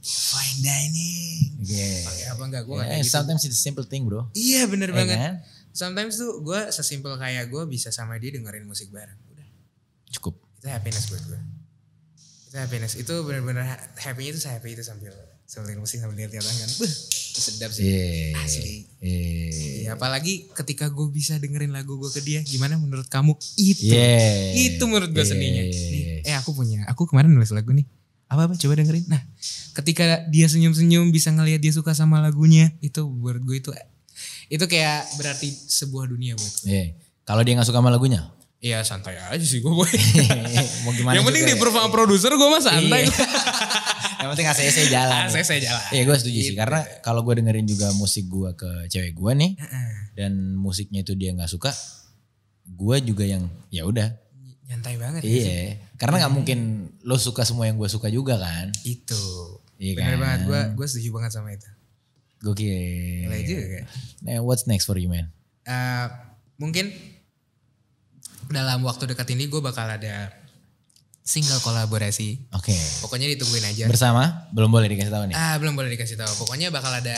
B: Fine dining
A: Yeah.
B: Pakai apa enggak gue
A: Iya. Yeah, sometimes it's a simple thing bro.
B: Iya gitu. bener
A: Ya
B: banget
A: kan?
B: Sometimes tuh gue sesimpel kayak gue bisa sama dia dengerin musik bareng Udah
A: Cukup.
B: itu happiness buat gue Itu happiness Itu bener-bener ha- happy-nya itu happy itu sambil Sambil dengerin musik sambil lihat-lihat tangan Beuh, Itu sedap sih
A: Yeah.
B: Asli.
A: Yeah.
B: Iya, apalagi ketika gue bisa dengerin lagu gue ke dia, gimana menurut kamu? Itu
A: Yeah.
B: itu menurut
A: Iya,
B: gue seninya
A: Yeah.
B: Nih, eh aku punya aku kemarin nulis lagu nih apa apa coba dengerin nah ketika dia senyum senyum bisa ngelihat dia suka sama lagunya itu buat gue itu itu kayak berarti sebuah dunia buat gue
A: Yeah. Iya. Kalau dia nggak suka sama lagunya, Iya.
B: Iya santai aja sih gue boy.
A: mau gimana?
B: Yang penting
A: juga
B: di
A: ya? Iya.
B: performa produser gue mah santai. Ah,
A: Yang penting ACC jalan.
B: Saya saya jalan. Gitu.
A: Iya gue setuju sih karena kalau gue dengerin juga musik gue ke cewek gue nih dan musiknya itu dia nggak suka, gue juga yang ya udah.
B: Nyantai banget. ya sih.
A: Iya, karena nggak mungkin lo suka semua yang gue suka juga kan?
B: Itu.
A: Iya
B: Gitu. Bener
A: kan?
B: banget gue gue setuju banget sama itu.
A: Gokil.
B: Mulai juga.
A: Nah, what's next for you man?
B: Eh, mungkin dalam waktu dekat ini gue bakal ada single kolaborasi
A: Oke.
B: Pokoknya ditungguin aja.
A: Bersama? Belum boleh dikasih tahu nih.
B: ah, belum boleh dikasih tahu. Pokoknya bakal ada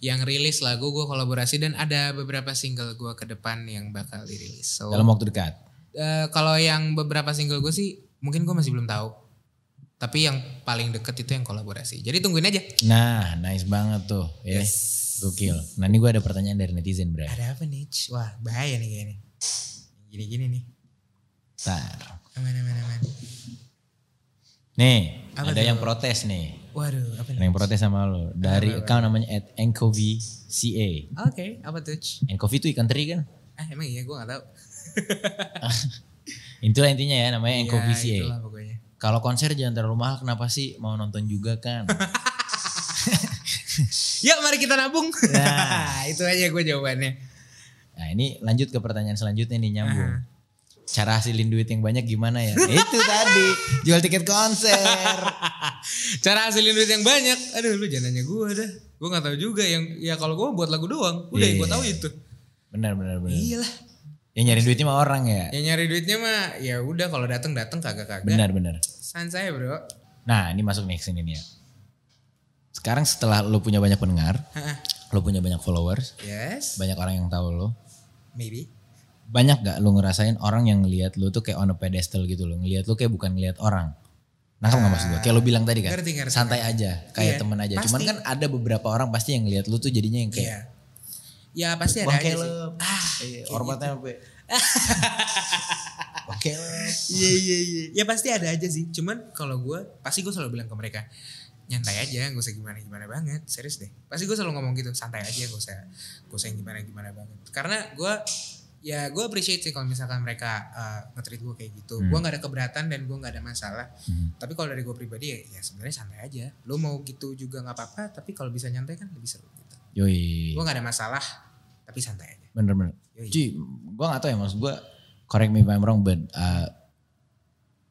B: yang rilis lagu gue kolaborasi dan ada beberapa single gue ke depan yang bakal dirilis. So
A: Dalam waktu dekat.
B: eh, kalau yang beberapa single gue sih mungkin gue masih belum tahu. Tapi yang paling deket itu yang kolaborasi. Jadi tungguin aja.
A: Nah, nice banget tuh. Ya. Gokil. Nah ini gue ada pertanyaan dari netizen Bray.
B: Ada apa nih? Ci? Wah bahaya nih kayaknya. Gini-gini nih.
A: Bentar.
B: Aman aman aman.
A: Nih, ada
B: Apa tuh?
A: yang protes nih.
B: Waduh apa
A: Ada
B: nih?
A: yang protes sama lo. Dari account namanya at encovi.ca.
B: Oke apa tuh? Ci?
A: Encovi itu ikan teri kan?
B: Ah emang iya gue gak tau.
A: Itulah intinya ya namanya encovi.ca.
B: Iya, itulah pokoknya.
A: Kalau konser jangan terlalu mahal kenapa sih mau nonton juga kan?
B: Yuk mari kita nabung.
A: Nah.
B: itu aja gue jawabannya.
A: Nah ini lanjut ke pertanyaan selanjutnya nih nyambung. Cara hasilin duit yang banyak gimana ya? itu tadi jual tiket konser.
B: Cara hasilin duit yang banyak. Aduh lu jangan nanya gue dah. Gue gak tahu juga yang ya kalau gue buat lagu doang. Udah
A: Iya.
B: gue tahu itu.
A: benar benar benar.
B: Iya lah.
A: Yang nyari duitnya mah orang ya.
B: Yang nyari duitnya mah ya udah kalau datang datang kagak kagak.
A: Benar benar.
B: San saya bro.
A: Nah ini masuk next ini nih ya. Sekarang setelah lo punya banyak pendengar,
B: Hah.
A: lo punya banyak followers,
B: yes.
A: banyak orang yang tahu lo.
B: Maybe.
A: Banyak gak lo ngerasain orang yang ngelihat lo tuh kayak on a pedestal gitu lo, ngelihat lo kayak bukan ngelihat orang. Nangkep gak maksud gue? Kayak lo bilang tadi kan,
B: Ngerti, ngerti,
A: santai aja, kayak
B: Iya,
A: temen aja. Cuman
B: pasti.
A: kan ada beberapa orang pasti yang ngelihat lo tuh jadinya yang kayak
B: Iya. Ya pasti ada
A: Bang
B: aja sih. gitu.
A: Caleb. Iya, hormatnya apa? ya? Bang Caleb.
B: Iya iya iya. Ya pasti ada aja sih. Cuman kalau gue pasti gue selalu bilang ke mereka nyantai aja, gak usah gimana gimana banget. Serius deh. Pasti gue selalu ngomong gitu, santai aja, gak usah gak usah gimana gimana banget. Karena gue ya gue appreciate sih kalau misalkan mereka uh, nge-treat gue kayak gitu.
A: Hmm.
B: Gue nggak ada keberatan dan gue nggak ada masalah.
A: Hmm.
B: Tapi kalau dari gue pribadi ya, ya sebenarnya santai aja. Lo mau gitu juga nggak apa-apa. Tapi kalau bisa nyantai kan lebih seru. Gitu.
A: Yoi.
B: Gue nggak ada masalah, tapi santai aja.
A: Bener-bener.
B: Yoi.
A: Cuy, gue gak tau ya maksud gue, correct me if I'm wrong, but uh,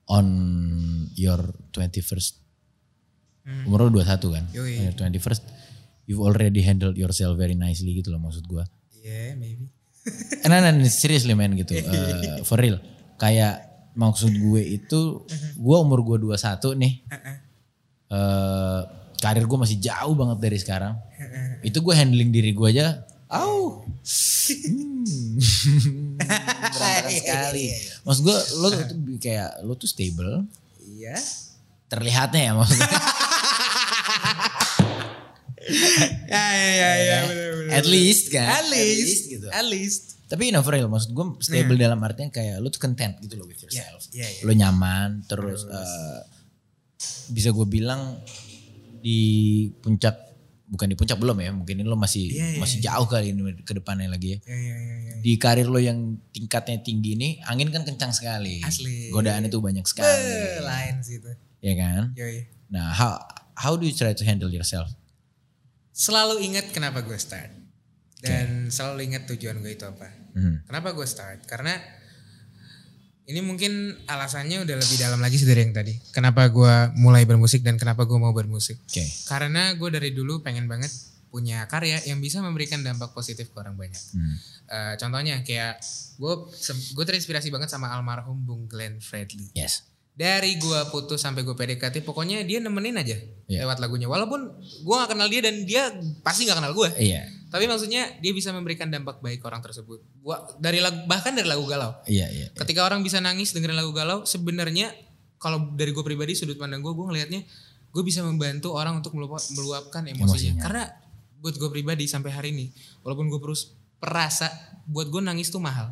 A: on your 21st,
B: Hmm.
A: umur lu 21 kan?
B: Yoi.
A: On your 21st, you've already handled yourself very nicely gitu loh maksud gue.
B: Yeah, Iya, maybe.
A: Eh, nah, nah, nah, seriously man gitu. Eh, for real. Kayak maksud gue itu gue umur gue 21 nih. Eh, karir gue masih jauh banget dari sekarang. Itu gue handling diri gue aja. Au. Hmm. Berantakan sekali. Maksud gue lo tuh kayak lo tuh stable.
B: Iya.
A: Terlihatnya ya maksudnya.
B: Ya ya ya, ya bener, bener.
A: At least kan.
B: At least,
A: gitu.
B: At least.
A: Tapi you know, for real, maksud gue stable dalam artian kayak lu tuh content gitu loh with yourself.
B: Iya, iya, iya.
A: Lu nyaman, terus eh, bisa gue bilang di puncak, bukan di puncak belum ya, mungkin ini lo masih
B: Iya, iya,
A: masih jauh kali ini ke depannya lagi ya.
B: Ya ya ya ya.
A: Di karir lo yang tingkatnya tinggi ini, angin kan kencang sekali.
B: Asli.
A: Godaannya tuh banyak
B: Eh,
A: sekali.
B: lain sih itu.
A: ya kan?
B: Yoi.
A: Nah, how, how do you try to handle yourself?
B: Selalu ingat kenapa gue start dan selalu ingat tujuan gue itu apa.
A: Hmm.
B: Kenapa gue start? Karena ini mungkin alasannya udah lebih dalam lagi sih dari yang tadi. Kenapa gue mulai bermusik dan kenapa gue mau bermusik?
A: Oke.
B: Karena gue dari dulu pengen banget punya karya yang bisa memberikan dampak positif ke orang banyak.
A: Hmm.
B: Eh, contohnya kayak gue gue terinspirasi banget sama almarhum Bung Glenn Fredly.
A: Yes.
B: Dari gua putus sampai gua PDKT, pokoknya dia nemenin aja
A: Iya.
B: lewat lagunya. Walaupun gua gak kenal dia dan dia pasti gak kenal gue.
A: Iya.
B: Tapi maksudnya dia bisa memberikan dampak baik ke orang tersebut. Gua dari lagu, bahkan dari lagu galau.
A: Iya, iya.
B: Ketika orang bisa nangis dengerin lagu galau, sebenarnya kalau dari gue pribadi sudut pandang gue, gue ngelihatnya gue bisa membantu orang untuk meluap- meluapkan emosinya.
A: Emosinya.
B: Karena buat gue pribadi sampai hari ini, walaupun gue terus perasa, buat gue nangis tuh mahal.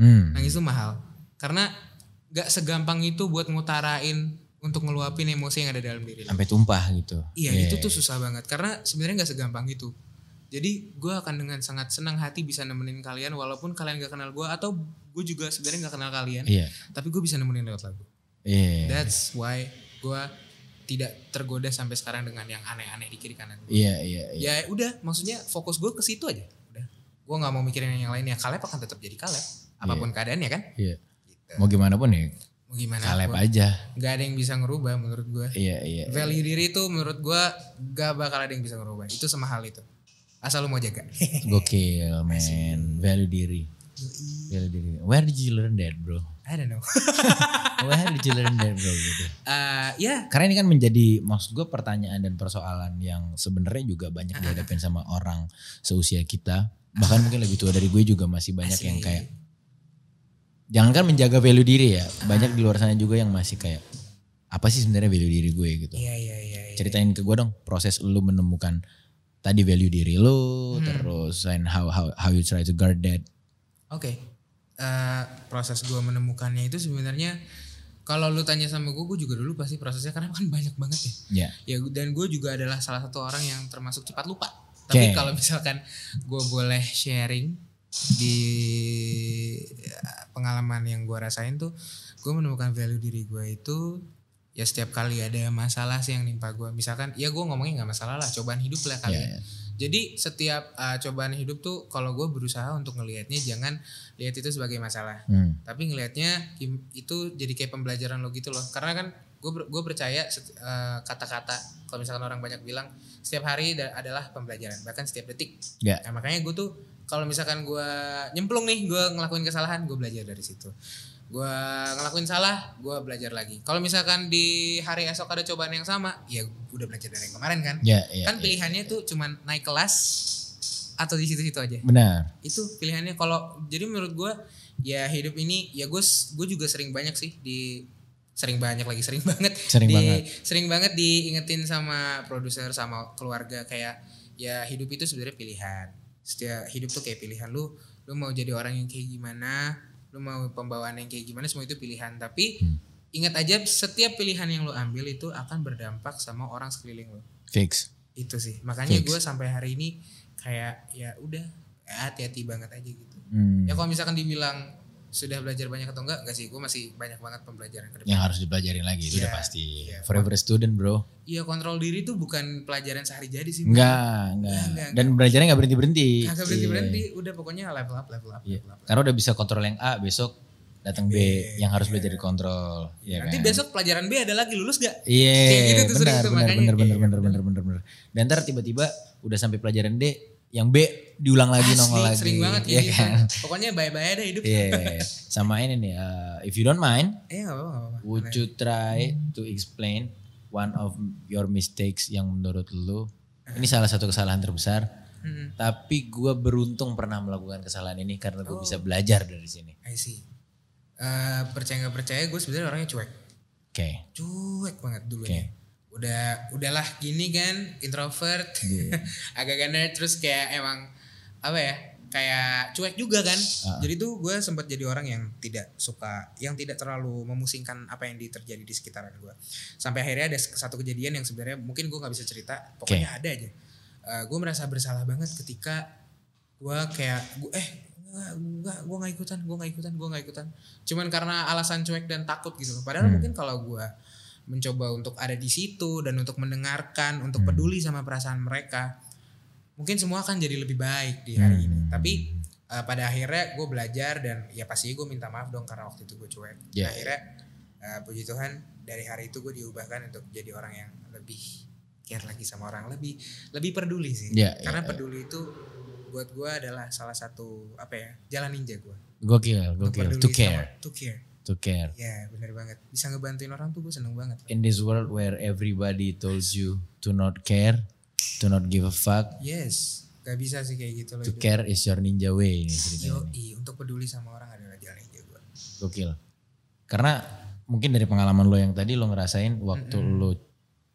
A: Hmm.
B: Nangis tuh mahal. Karena gak segampang itu buat ngutarain untuk ngeluapin emosi yang ada dalam diri. lo.
A: Sampai tumpah gitu.
B: Iya
A: Iya,
B: itu
A: iya.
B: tuh susah banget karena sebenarnya nggak segampang itu. Jadi gue akan dengan sangat senang hati bisa nemenin kalian walaupun kalian gak kenal gue atau gue juga sebenarnya nggak kenal kalian.
A: Iya.
B: Tapi gue bisa nemenin lewat lagu.
A: Iya.
B: That's why gue tidak tergoda sampai sekarang dengan yang aneh-aneh di kiri kanan. gua.
A: Iya iya iya.
B: Ya udah maksudnya fokus gue ke situ aja. Udah. Gue nggak mau mikirin yang lainnya. Kaleb akan tetap jadi Kaleb apapun keadaannya kan.
A: Iya.
B: Gitu.
A: Mau gimana pun ya
B: Mau gimana?
A: kalep
B: pun,
A: aja.
B: Gak ada yang bisa ngerubah menurut gue.
A: Iya iya.
B: value diri itu menurut gua gak bakal ada yang bisa ngerubah itu semahal itu asal lu mau jaga
A: Gokil man. Value diri. Value diri. Where did you learn that bro?
B: I don't
A: Iya.
B: know
A: Where did you learn that bro? Gitu.
B: Eh, ya
A: Karena ini kan menjadi maksud gue pertanyaan dan persoalan yang sebenarnya juga banyak dihadapin sama orang seusia kita. Bahkan mungkin lebih tua dari gue juga masih banyak
B: Asli.
A: yang kayak jangankan menjaga value diri ya, banyak di luar sana juga yang masih kayak apa sih sebenarnya value diri gue gitu.
B: Iya iya iya. iya.
A: Ceritain ke gue dong proses lu menemukan tadi value diri lu
B: Hmm.
A: terus and how how how you try to guard that.
B: Oke. Eh, proses gue menemukannya itu sebenarnya kalau lu tanya sama gue, gue juga dulu pasti prosesnya karena kan banyak banget ya.
A: Ya.
B: Ya dan gue juga adalah salah satu orang yang termasuk cepat lupa. Tapi
A: Oke.
B: kalau misalkan gue boleh sharing di eh, pengalaman yang gue rasain tuh, gue menemukan value diri gue itu ya setiap kali ada masalah sih yang nimpa gue. Misalkan ya gue ngomongnya nggak masalah lah, cobaan hidup lah kali.
A: Ya,
B: ya.
A: ya.
B: Jadi setiap eh, cobaan hidup tuh kalau gue berusaha untuk ngelihatnya jangan lihat itu sebagai masalah,
A: Hmm.
B: tapi ngelihatnya im- itu jadi kayak pembelajaran lo gitu loh. Karena kan gue gue percaya set- eh, kata-kata kalau misalkan orang banyak bilang setiap hari da- adalah pembelajaran bahkan setiap detik.
A: Ya.
B: Nah, makanya gue tuh kalau misalkan gue nyemplung nih gue ngelakuin kesalahan gue belajar dari situ. Gue ngelakuin salah gue belajar lagi. Kalau misalkan di hari esok ada cobaan yang sama ya udah belajar dari yang kemarin kan
A: Ya, ya,
B: kan
A: ya.
B: pilihannya tuh cuman naik kelas atau di situ-situ aja
A: Benar.
B: itu pilihannya kalau jadi menurut gua ya hidup ini ya gue gue juga sering banyak sih di sering banyak lagi sering banget
A: Sering
B: di-
A: banget.
B: sering banget diingetin sama produser sama keluarga kayak ya hidup itu sebenarnya pilihan setiap hidup tuh kayak pilihan lu lu mau jadi orang yang kayak gimana lu mau pembawaan yang kayak gimana semua itu pilihan tapi
A: Hmm.
B: ingat aja setiap pilihan yang lu ambil itu akan berdampak sama orang sekeliling lu
A: Fix.
B: itu sih makanya
A: Fix.
B: gue sampai hari ini kayak ya udah ya hati-hati banget aja gitu
A: Hmm.
B: ya kalau misalkan dibilang sudah belajar banyak atau enggak enggak sih gue masih banyak banget pembelajaran ke depan
A: Yang harus dipelajarin lagi itu udah
B: Ya,
A: pasti.
B: ya.
A: Forever student, Bro.
B: iya kontrol diri tuh bukan pelajaran sehari jadi sih
A: Enggak, enggak.
B: enggak,
A: Dan belajarnya enggak berhenti-berhenti.
B: agak berhenti
A: Iya.
B: berhenti udah pokoknya level up level up,
A: Iya.
B: level up.
A: Karena udah bisa kontrol yang A, besok datang B, yang harus belajar dikontrol. Iya
B: Iya, nanti
A: kan?
B: besok pelajaran B ada lagi lulus gak
A: Iya,
B: Kayak gitu tuh sering
A: benar, benar, benar,
B: tuh, makanya
A: benar,
B: kayak
A: benar, benar, benar, benar. Dan ntar tiba-tiba udah sampai pelajaran D, yang B diulang lagi nongol lagi.
B: sering banget kayak
A: Iya
B: gitu.
A: kan?
B: pokoknya bye bye deh hidup
A: Iya, sama ini nih. uh, if you don't mind,
B: eh nggak apa-apa nggak apa-apa.
A: would you try to explain one of your mistakes yang menurut lu ini salah satu kesalahan terbesar?
B: Hmm,
A: Tapi gue beruntung pernah melakukan kesalahan ini karena gue
B: Oh.
A: bisa belajar dari sini.
B: I see Eh, percaya nggak percaya gue sebenarnya orangnya cuek
A: Oke.
B: cuek banget dulunya. Udah udahlah gini kan introvert. Agak ganer terus kayak emang apa ya? Kayak cuek juga kan. Jadi tuh gue sempat jadi orang yang tidak suka yang tidak terlalu memusingkan apa yang di- terjadi di sekitaran gue. Sampai akhirnya ada se- satu kejadian yang sebenarnya mungkin gue nggak bisa cerita, pokoknya ada aja. gue merasa bersalah banget ketika gue kayak gue eh gue gue nggak ikutan gue nggak ikutan gue nggak ikutan cuman karena alasan cuek dan takut gitu loh padahal mungkin kalau gue mencoba untuk ada di situ dan untuk mendengarkan
A: Hmm.
B: untuk peduli sama perasaan mereka mungkin semua akan jadi lebih baik di Iya, hari
A: Hmm.
B: ini tapi eh, pada akhirnya gue belajar dan ya pastinya gue minta maaf dong karena waktu itu gue cuek
A: Ya.
B: akhirnya eh, puji Tuhan dari hari itu gue diubahkan untuk jadi orang yang lebih care lagi sama orang lebih lebih peduli sih
A: Ya, ya,
B: karena
A: ya.
B: peduli itu buat gue adalah salah satu apa ya jalan ninja gue
A: Gokil, gokil. To care,
B: to care
A: to care.
B: ya bener banget bisa ngebantuin orang tuh gue seneng banget
A: In this world where everybody told you to not care, to not give a fuck,
B: yes gak bisa sih kayak gitu loh
A: to care is your ninja way ini ceritanya.
B: Yoi, untuk peduli sama orang adalah jalan ninja gue
A: Gokil. Karena mungkin dari pengalaman lo yang tadi lo ngerasain waktu lo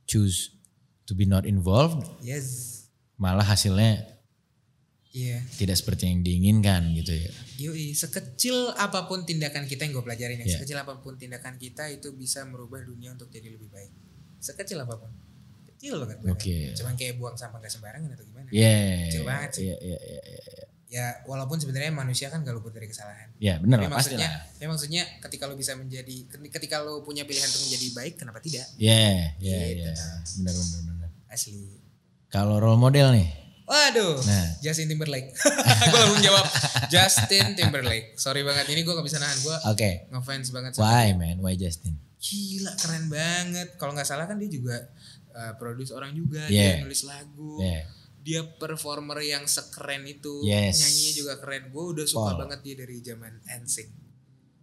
A: choose to be not involved,
B: yes
A: malah hasilnya
B: iya
A: tidak seperti yang diinginkan gitu ya.
B: Yoi, sekecil apapun tindakan kita yang gue pelajarin ya,
A: Yeah.
B: sekecil apapun tindakan kita itu bisa merubah dunia untuk jadi lebih baik. Sekecil apapun, kecil banget. bener.
A: Oke. Iya.
B: Cuman kayak buang sampah gak sembarangan atau gimana?
A: Yeah.
B: Kecil banget sih.
A: Iya, iya, iya, iya.
B: Ya walaupun sebenarnya manusia kan gak luput dari kesalahan.
A: Ya, benar
B: Tapi
A: lah, pasti
B: maksudnya,
A: lah.
B: tapi maksudnya ketika lo bisa menjadi, ketika lo punya pilihan untuk menjadi baik, kenapa tidak?
A: Yeah, yeah,
B: Gitu.
A: yeah. Benar, benar, benar.
B: Asli.
A: Kalau role model nih,
B: Waduh,
A: Nah.
B: Justin Timberlake. gue langsung jawab Justin Timberlake. Sorry banget, ini gue gak bisa nahan gue
A: oke.
B: ngefans banget sama
A: Why man, why Justin?
B: gila keren banget kalau nggak salah kan dia juga uh, produce orang juga
A: Yeah.
B: dia nulis lagu
A: Yeah.
B: dia performer yang sekeren itu
A: Yes.
B: nyanyinya juga keren gue udah suka
A: Pol.
B: banget dia dari zaman NSYNC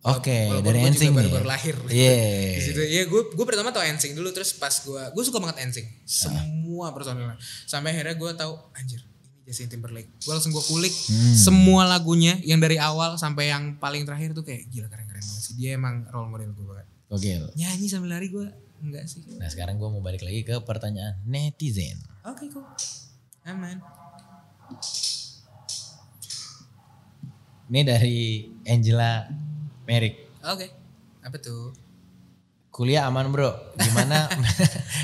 A: Oke,
B: Walaupun
A: dari
B: gua juga
A: NSYNC nih. Iya.
B: baru-baru lahir
A: Yeah.
B: di situ ya gue gue pertama tau NSYNC dulu terus pas gue gue suka banget NSYNC semua personilnya sampai akhirnya gue tahu anjir ini Justin Timberlake gue langsung gue kulik semua lagunya yang dari awal sampai yang paling terakhir tuh kayak gila keren keren banget sih dia emang role model gue banget
A: Gokil.
B: nyanyi sambil lari gue enggak sih
A: Nah sekarang gue mau balik lagi ke pertanyaan netizen.
B: oke cool aman
A: Ini dari Angela Merrick.
B: oke apa tuh
A: Kuliah aman bro, gimana?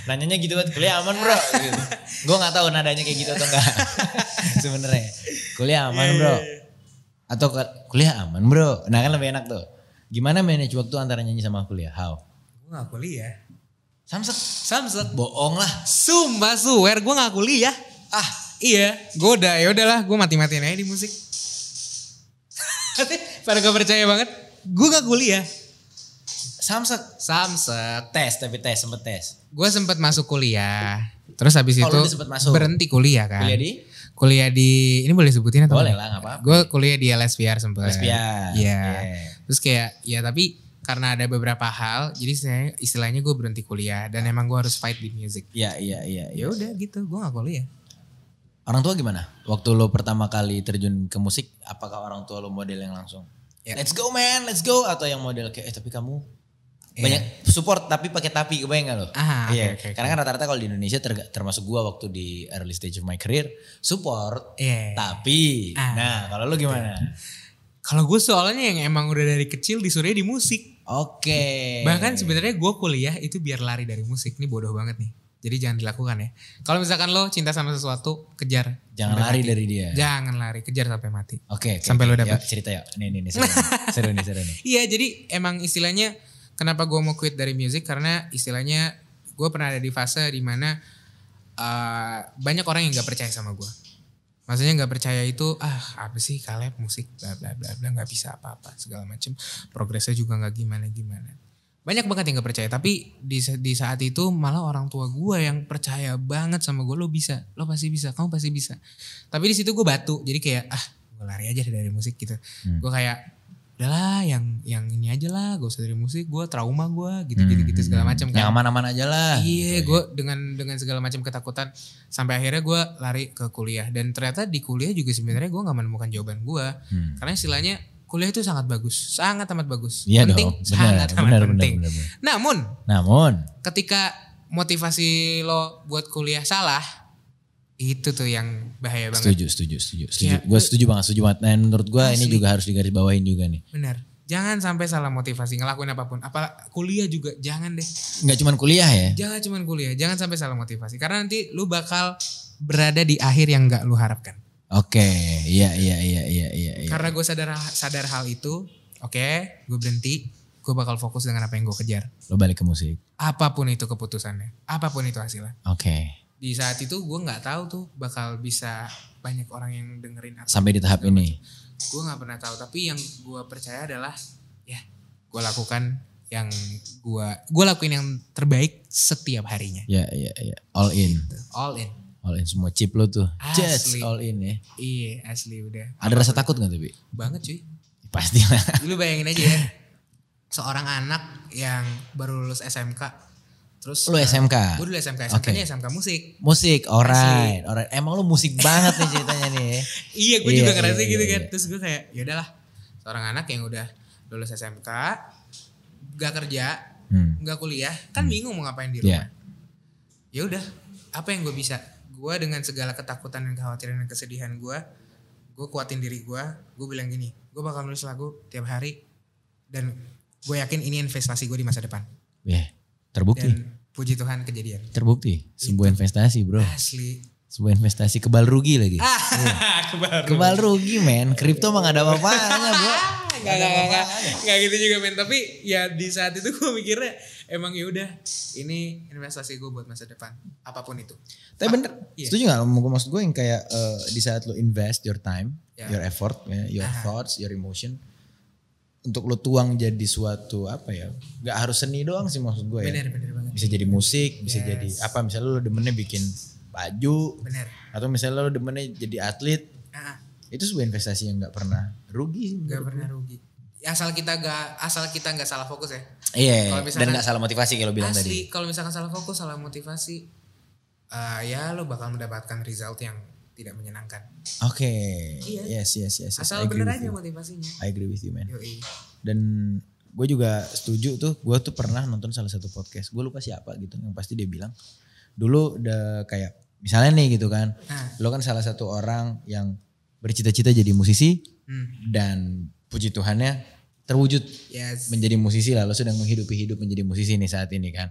A: Nanyanya gitu banget, kuliah aman bro. Gitu. Gue nggak tahu nadanya kayak gitu atau enggak. Sebenarnya, kuliah aman bro. Atau ke- kuliah aman bro. Nah kan lebih enak tuh. Gimana manage waktu antara nyanyi sama kuliah? How?
B: gue nggak kuliah
A: Samsek.
B: samsek
A: Bohong lah.
B: sumpah swear gue nggak kuliah ah iya gue udah ya udahlah gue mati matiin aja di musik pada gak percaya banget gue gak kuliah
A: Samsek.
B: samsek
A: Tes tapi tes, sempet tes.
B: gue sempat masuk kuliah terus habis
A: Oh,
B: itu
A: lu udah sempet masuk.
B: berhenti kuliah kan
A: Kuliah di?
B: kuliah di ini boleh sebutin atau
A: Boleh lah, nggak apa-apa.
B: gue kuliah di LSPR sempat
A: Lesbian.
B: iya
A: Iya.
B: terus kayak ya tapi karena ada beberapa hal jadi istilahnya, istilahnya gue berhenti kuliah dan emang gue harus fight di music
A: Iya, iya, iya. iya.
B: ya udah gitu gue gak kuliah
A: Orang tua gimana? Waktu lo pertama kali terjun ke musik, apakah orang tua lo model yang langsung?
B: Ya.
A: Let's go man, let's go atau yang model kayak eh tapi kamu banyak support tapi pakai tapi kebayang gak lo?
B: Iya. Ah,
A: Iya.
B: oke, oke,
A: Karena kan rata-rata kalau di Indonesia terga- termasuk gua waktu di early stage of my career support
B: Iya.
A: tapi
B: Ah.
A: nah kalau lo gimana?
B: kalau gue soalnya yang emang udah dari kecil disuruh di musik
A: Oke.
B: Bahkan sebenarnya gue kuliah itu biar lari dari musik. Ini bodoh banget nih. Jadi jangan dilakukan ya. Kalau misalkan lo cinta sama sesuatu, kejar.
A: jangan
B: Sampai
A: lari
B: mati.
A: dari dia.
B: Jangan lari, kejar sampai mati.
A: Oke, oke,
B: Sampai
A: oke.
B: lo
A: Yuk,
B: dapet.
A: cerita ya. Nih nih nih seru nih. seru nih seru nih.
B: Iya, jadi emang istilahnya kenapa gue mau quit dari music karena istilahnya gue pernah ada di fase dimana eh, banyak orang yang gak percaya sama gue. Maksudnya nggak percaya itu ah apa sih kaleb musik bla bla bla bla nggak bisa apa-apa segala macem progresnya juga nggak gimana gimana banyak banget yang nggak percaya tapi di sa- di saat itu malah orang tua gue yang percaya banget sama gue lo bisa lo pasti bisa kamu pasti bisa tapi di situ gue batu jadi kayak ah gue lari aja deh dari musik gitu
A: Hmm.
B: gue kayak udahlah yang yang ini aja lah gak usah dari musik gue trauma gue gitu gitu
A: Hmm,
B: gitu segala macam
A: Yang
B: kan
A: aman-aman aja lah.
B: Iya,
A: gitu.
B: gue dengan dengan segala macam ketakutan sampai akhirnya gue lari ke kuliah dan ternyata di kuliah juga sebenarnya gue nggak menemukan jawaban gue
A: Hmm.
B: karena istilahnya kuliah itu sangat bagus, sangat amat bagus,
A: Iya dong,
B: penting,
A: benar,
B: sangat amat
A: benar, benar,
B: penting.
A: benar, benar. Nah,
B: Namun
A: Namun,
B: ketika motivasi lo buat kuliah salah, itu tuh yang bahaya banget.
A: setuju, setuju, setuju, setuju.
B: Iya.
A: Gue setuju banget, setuju banget. Dan menurut gue ini
B: Asli.
A: juga harus digarisbawahin juga nih.
B: Benar, jangan sampai salah motivasi ngelakuin apapun, apa kuliah juga jangan deh.
A: Nggak cuman kuliah ya.
B: Jangan cuman kuliah, jangan sampai salah motivasi karena nanti lu bakal berada di akhir yang nggak lu harapkan.
A: Oke, iya, iya, iya, iya, iya. iya.
B: Karena gue sadar sadar hal itu, oke, gue berhenti, gue bakal fokus dengan apa yang gue kejar.
A: Lo balik ke musik.
B: Apapun itu keputusannya, apapun itu hasilnya.
A: Oke.
B: Di saat itu gue nggak tahu tuh bakal bisa banyak orang yang dengerin apa.
A: Sampai di tahap ini.
B: Gue nggak pernah tahu, tapi yang gue percaya adalah ya gue lakukan yang gue gue lakuin yang terbaik setiap harinya.
A: Iya, iya, iya. All in.
B: All in.
A: All in semua chip lo tuh. Just
B: Asli.
A: all in ya.
B: Iya asli udah
A: Ada rasa takut gak tapi?
B: banget cuy.
A: Pasti lah.
B: lu bayangin aja ya seorang anak yang baru lulus SMK terus
A: Lu SMK?
B: gue dulu SMK SMK
A: Oke.
B: nya SMK musik
A: Musik, alright. alright. Emang lo musik banget nih ceritanya nih ya.
B: iya gue
A: Iya,
B: juga ngerasa
A: iya,
B: gitu
A: iya.
B: kan terus gue kayak ya udahlah seorang anak yang udah lulus SMK gak kerja
A: Hmm.
B: gak kuliah kan bingung mau ngapain
A: Iya.
B: di rumah ya udah apa yang gue bisa gue dengan segala ketakutan dan kekhawatiran dan kesedihan gue gue kuatin diri gue gue bilang gini gue bakal nulis lagu tiap hari dan gue yakin ini investasi gue di masa depan
A: Iya. Terbukti.
B: dan puji Tuhan kejadian
A: Terbukti. Sebuah investasi bro.
B: asli
A: Sebuah investasi kebal rugi lagi.
B: Ah,
C: Iya.
B: kebaru
A: Kebal rugi men, kripto mah gak ada apa-apanya bro.
B: nggak nggak nggak nggak gitu juga men tapi ya di saat itu gue mikirnya emang ya udah ini investasi gue buat masa depan apapun itu
C: Tapi bener,
B: Iya.
C: setuju gak? Gue maksud gue yang kayak eh, di saat lo invest your time,
B: Ya.
C: your effort, ya, your thoughts, your emotion. Untuk lo tuang jadi suatu apa ya, gak harus seni doang sih maksud
A: Oh,
C: gue ya.
A: iya.
B: bener bener banget
C: Bisa jadi musik, bisa
B: Yes.
C: jadi apa misalnya lo demennya bikin baju.
B: bener
C: Atau misalnya lo demennya jadi atlet.
B: Ah,
C: Itu sebuah investasi yang gak pernah rugi. sih.
B: nggak pernah rugi Ya, asal kita gak asal kita nggak salah fokus ya
A: Iya,
B: Kalau
A: dan
B: misalkan-
A: gak salah motivasi kalau bilang tadi.
B: asli kalau misalkan salah fokus salah motivasi eh, ya lo bakal mendapatkan result yang tidak menyenangkan
C: Oke.
B: Iya.
C: Yes, yes, yes. yes. I
B: asal ya,
C: agree with
B: bener aja
C: you.
B: motivasinya
C: I agree with you man.
B: Yoi.
C: Dan
A: gue juga setuju tuh gue tuh pernah nonton salah satu podcast gue lupa siapa gitu yang pasti dia bilang dulu udah kayak misalnya nih gitu kan
B: Ah.
A: lo kan salah satu orang yang bercita-cita jadi musisi
B: Hmm.
A: dan puji Tuhannya terwujud
B: Yes.
A: menjadi musisi lah lo sedang menghidupi hidup menjadi musisi nih saat ini kan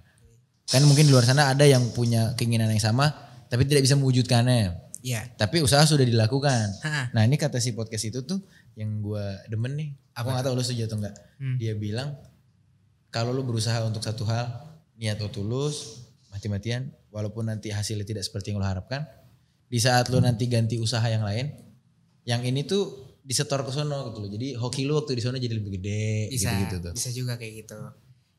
A: kan mungkin di luar sana ada yang punya keinginan yang sama tapi tidak bisa mewujudkannya
B: Iya.
A: tapi usaha sudah dilakukan.
B: Ha-ha.
A: Nah ini kata si podcast itu tuh yang gua demen nih. Aku nggak tahu lu setuju atau enggak.
B: Hmm.
A: Dia bilang kalau lu berusaha untuk satu hal niat lu tulus mati-matian walaupun nanti hasilnya tidak seperti yang lu harapkan di saat lu nanti ganti usaha yang lain yang ini tuh disetor ke sono gitu loh. Jadi hoki lu waktu di sono jadi lebih gede
B: Bisa.
A: gitu-gitu tuh.
B: Bisa juga kayak gitu.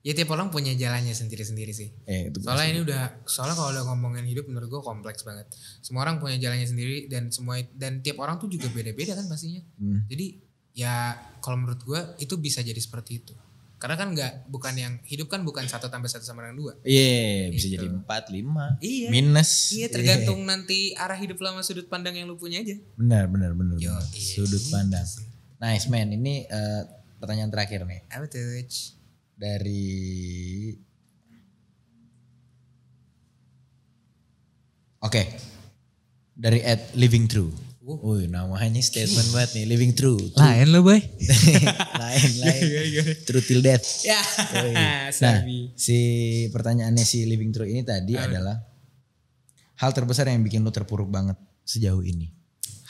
B: Ya tiap orang punya jalannya sendiri-sendiri sih.
A: Eh, itu
B: Soalnya ini udah soalnya kalau udah ngomongin hidup menurut gue kompleks banget. Semua orang punya jalannya sendiri dan semua dan tiap orang tuh juga beda-beda kan pastinya.
A: Hmm.
B: Jadi ya kalau menurut gue itu bisa jadi seperti itu. Karena kan nggak bukan yang hidup kan bukan satu tambah satu sama dengan dua.
A: Iya, bisa jadi
B: Gitu.
A: 4 5
B: Iya.
A: minus.
B: Iya tergantung nanti arah hidup lama sudut pandang yang lu punya aja.
A: Benar, benar, benar.
B: Yo,
A: benar.
B: iya.
A: Sudut pandang. Nice man, ini eh, pertanyaan terakhir nih
B: Apa tuh? Ci?
A: dari Oke. Dari at Living True. Wuh, namanya statement banget nih, Living True.
B: Lain lo boy.
A: lain, lain. True till death.
B: ya.
A: Yoi. Nah,
B: Sabi.
A: si pertanyaannya si Living True ini tadi adalah hal terbesar yang bikin lu terpuruk banget sejauh ini.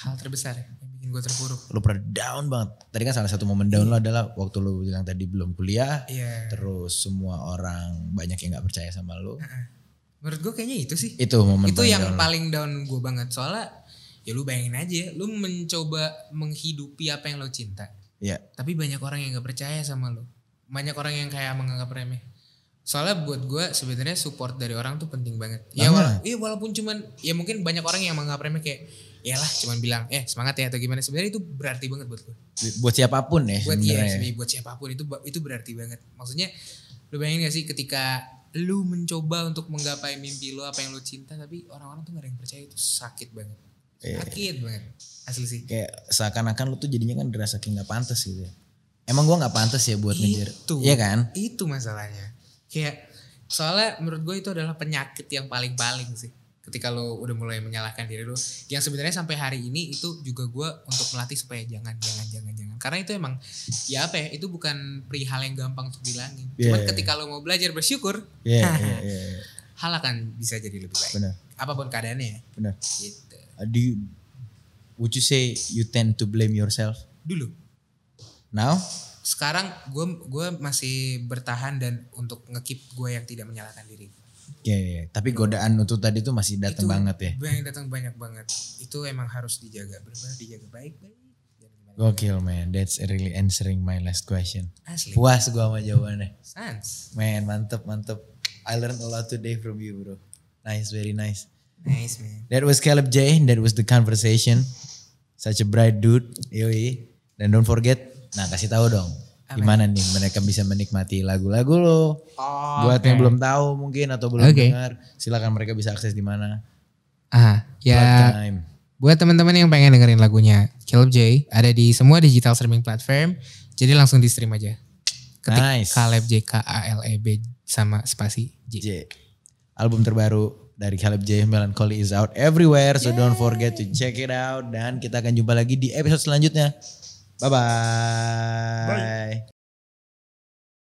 B: Hal terbesar ya, yang bikin gue terpuruk.
A: lu pernah down banget. Tadi kan salah satu momen down lo adalah waktu lu bilang tadi belum kuliah,
B: Iya.
A: terus semua orang banyak yang nggak percaya sama lu.
B: Heeh. Menurut gue kayaknya itu sih.
A: Itu momen
B: itu
A: paling
B: yang
A: Iya, down lo.
B: paling down gue banget soalnya ya lu bayangin aja lu mencoba menghidupi apa yang lo cinta
A: Iya.
B: tapi banyak orang yang gak percaya sama lo banyak orang yang kayak menganggap remeh soalnya buat gue sebenarnya support dari orang tuh penting banget ya wala- iya, walaupun cuman ya mungkin banyak orang yang menganggap remeh kayak lah cuman bilang eh semangat ya atau gimana sebenarnya itu berarti banget buat gue
A: Buat siapapun ya
B: buat iya
A: sebenarnya.
B: sebenarnya buat siapapun itu ba- itu berarti banget maksudnya lu bayangin gak sih ketika lu mencoba untuk menggapai mimpi lu apa yang lu cinta tapi orang-orang tuh gak ada yang percaya itu sakit banget sakit banget asli sih
A: Iya. Kayak seakan-akan lu tuh jadinya kan dirasa kayak nggak pantas gitu. ya. Emang gua nggak pantas ya buat ngejar.
B: Itu.
A: Iya kan?
B: itu masalahnya kayak soalnya menurut gue itu adalah penyakit yang paling paling sih ketika lo udah mulai menyalahkan diri lo yang sebenarnya sampai hari ini itu juga gue untuk melatih supaya jangan jangan jangan jangan karena itu emang ya apa ya itu bukan perihal yang gampang untuk bilangin
A: Iya, iya.
B: cuman ketika lo mau belajar bersyukur
A: Iya, iya, iya, iya.
B: hal akan bisa jadi lebih baik
A: Benar,
B: apapun keadaannya ya
A: benar.
B: gitu
A: Uh, Do you, would you say you tend to blame yourself
B: dulu
A: now?
B: sekarang gue gue masih bertahan dan untuk ngekip gue yang tidak menyalahkan diri
A: Iya, iya. tapi godaan itu tadi tuh masih datang
B: Itu
A: banget ya.
B: yang datang banyak banget itu emang harus dijaga benar dijaga baik baik
A: Gokil man, that's really answering my last question.
B: asli
A: Puas gua sama jawabannya.
B: sans
A: Man, mantep, mantep. I learned a lot today from you bro. Nice, very nice.
B: nice man
A: That was Caleb J. That was the conversation. Such a bright dude. Yoi. Dan don't forget, nah kasih tahu dong. Gimana nih mereka bisa menikmati lagu-lagu lo. Buat yang belum tahu mungkin atau belum
B: Oke.
A: dengar. Silakan mereka bisa akses di mana.
B: ah ya
A: Time.
B: buat teman-teman yang pengen dengerin lagunya Caleb J ada di semua digital streaming platform jadi langsung di stream aja ketik
A: Nice.
B: Caleb J K A L E B sama spasi J
A: J. Album terbaru dari Caleb J Melancholy is out everywhere so don't forget to check it out dan kita akan jumpa lagi di episode selanjutnya. Bye-bye. bye bye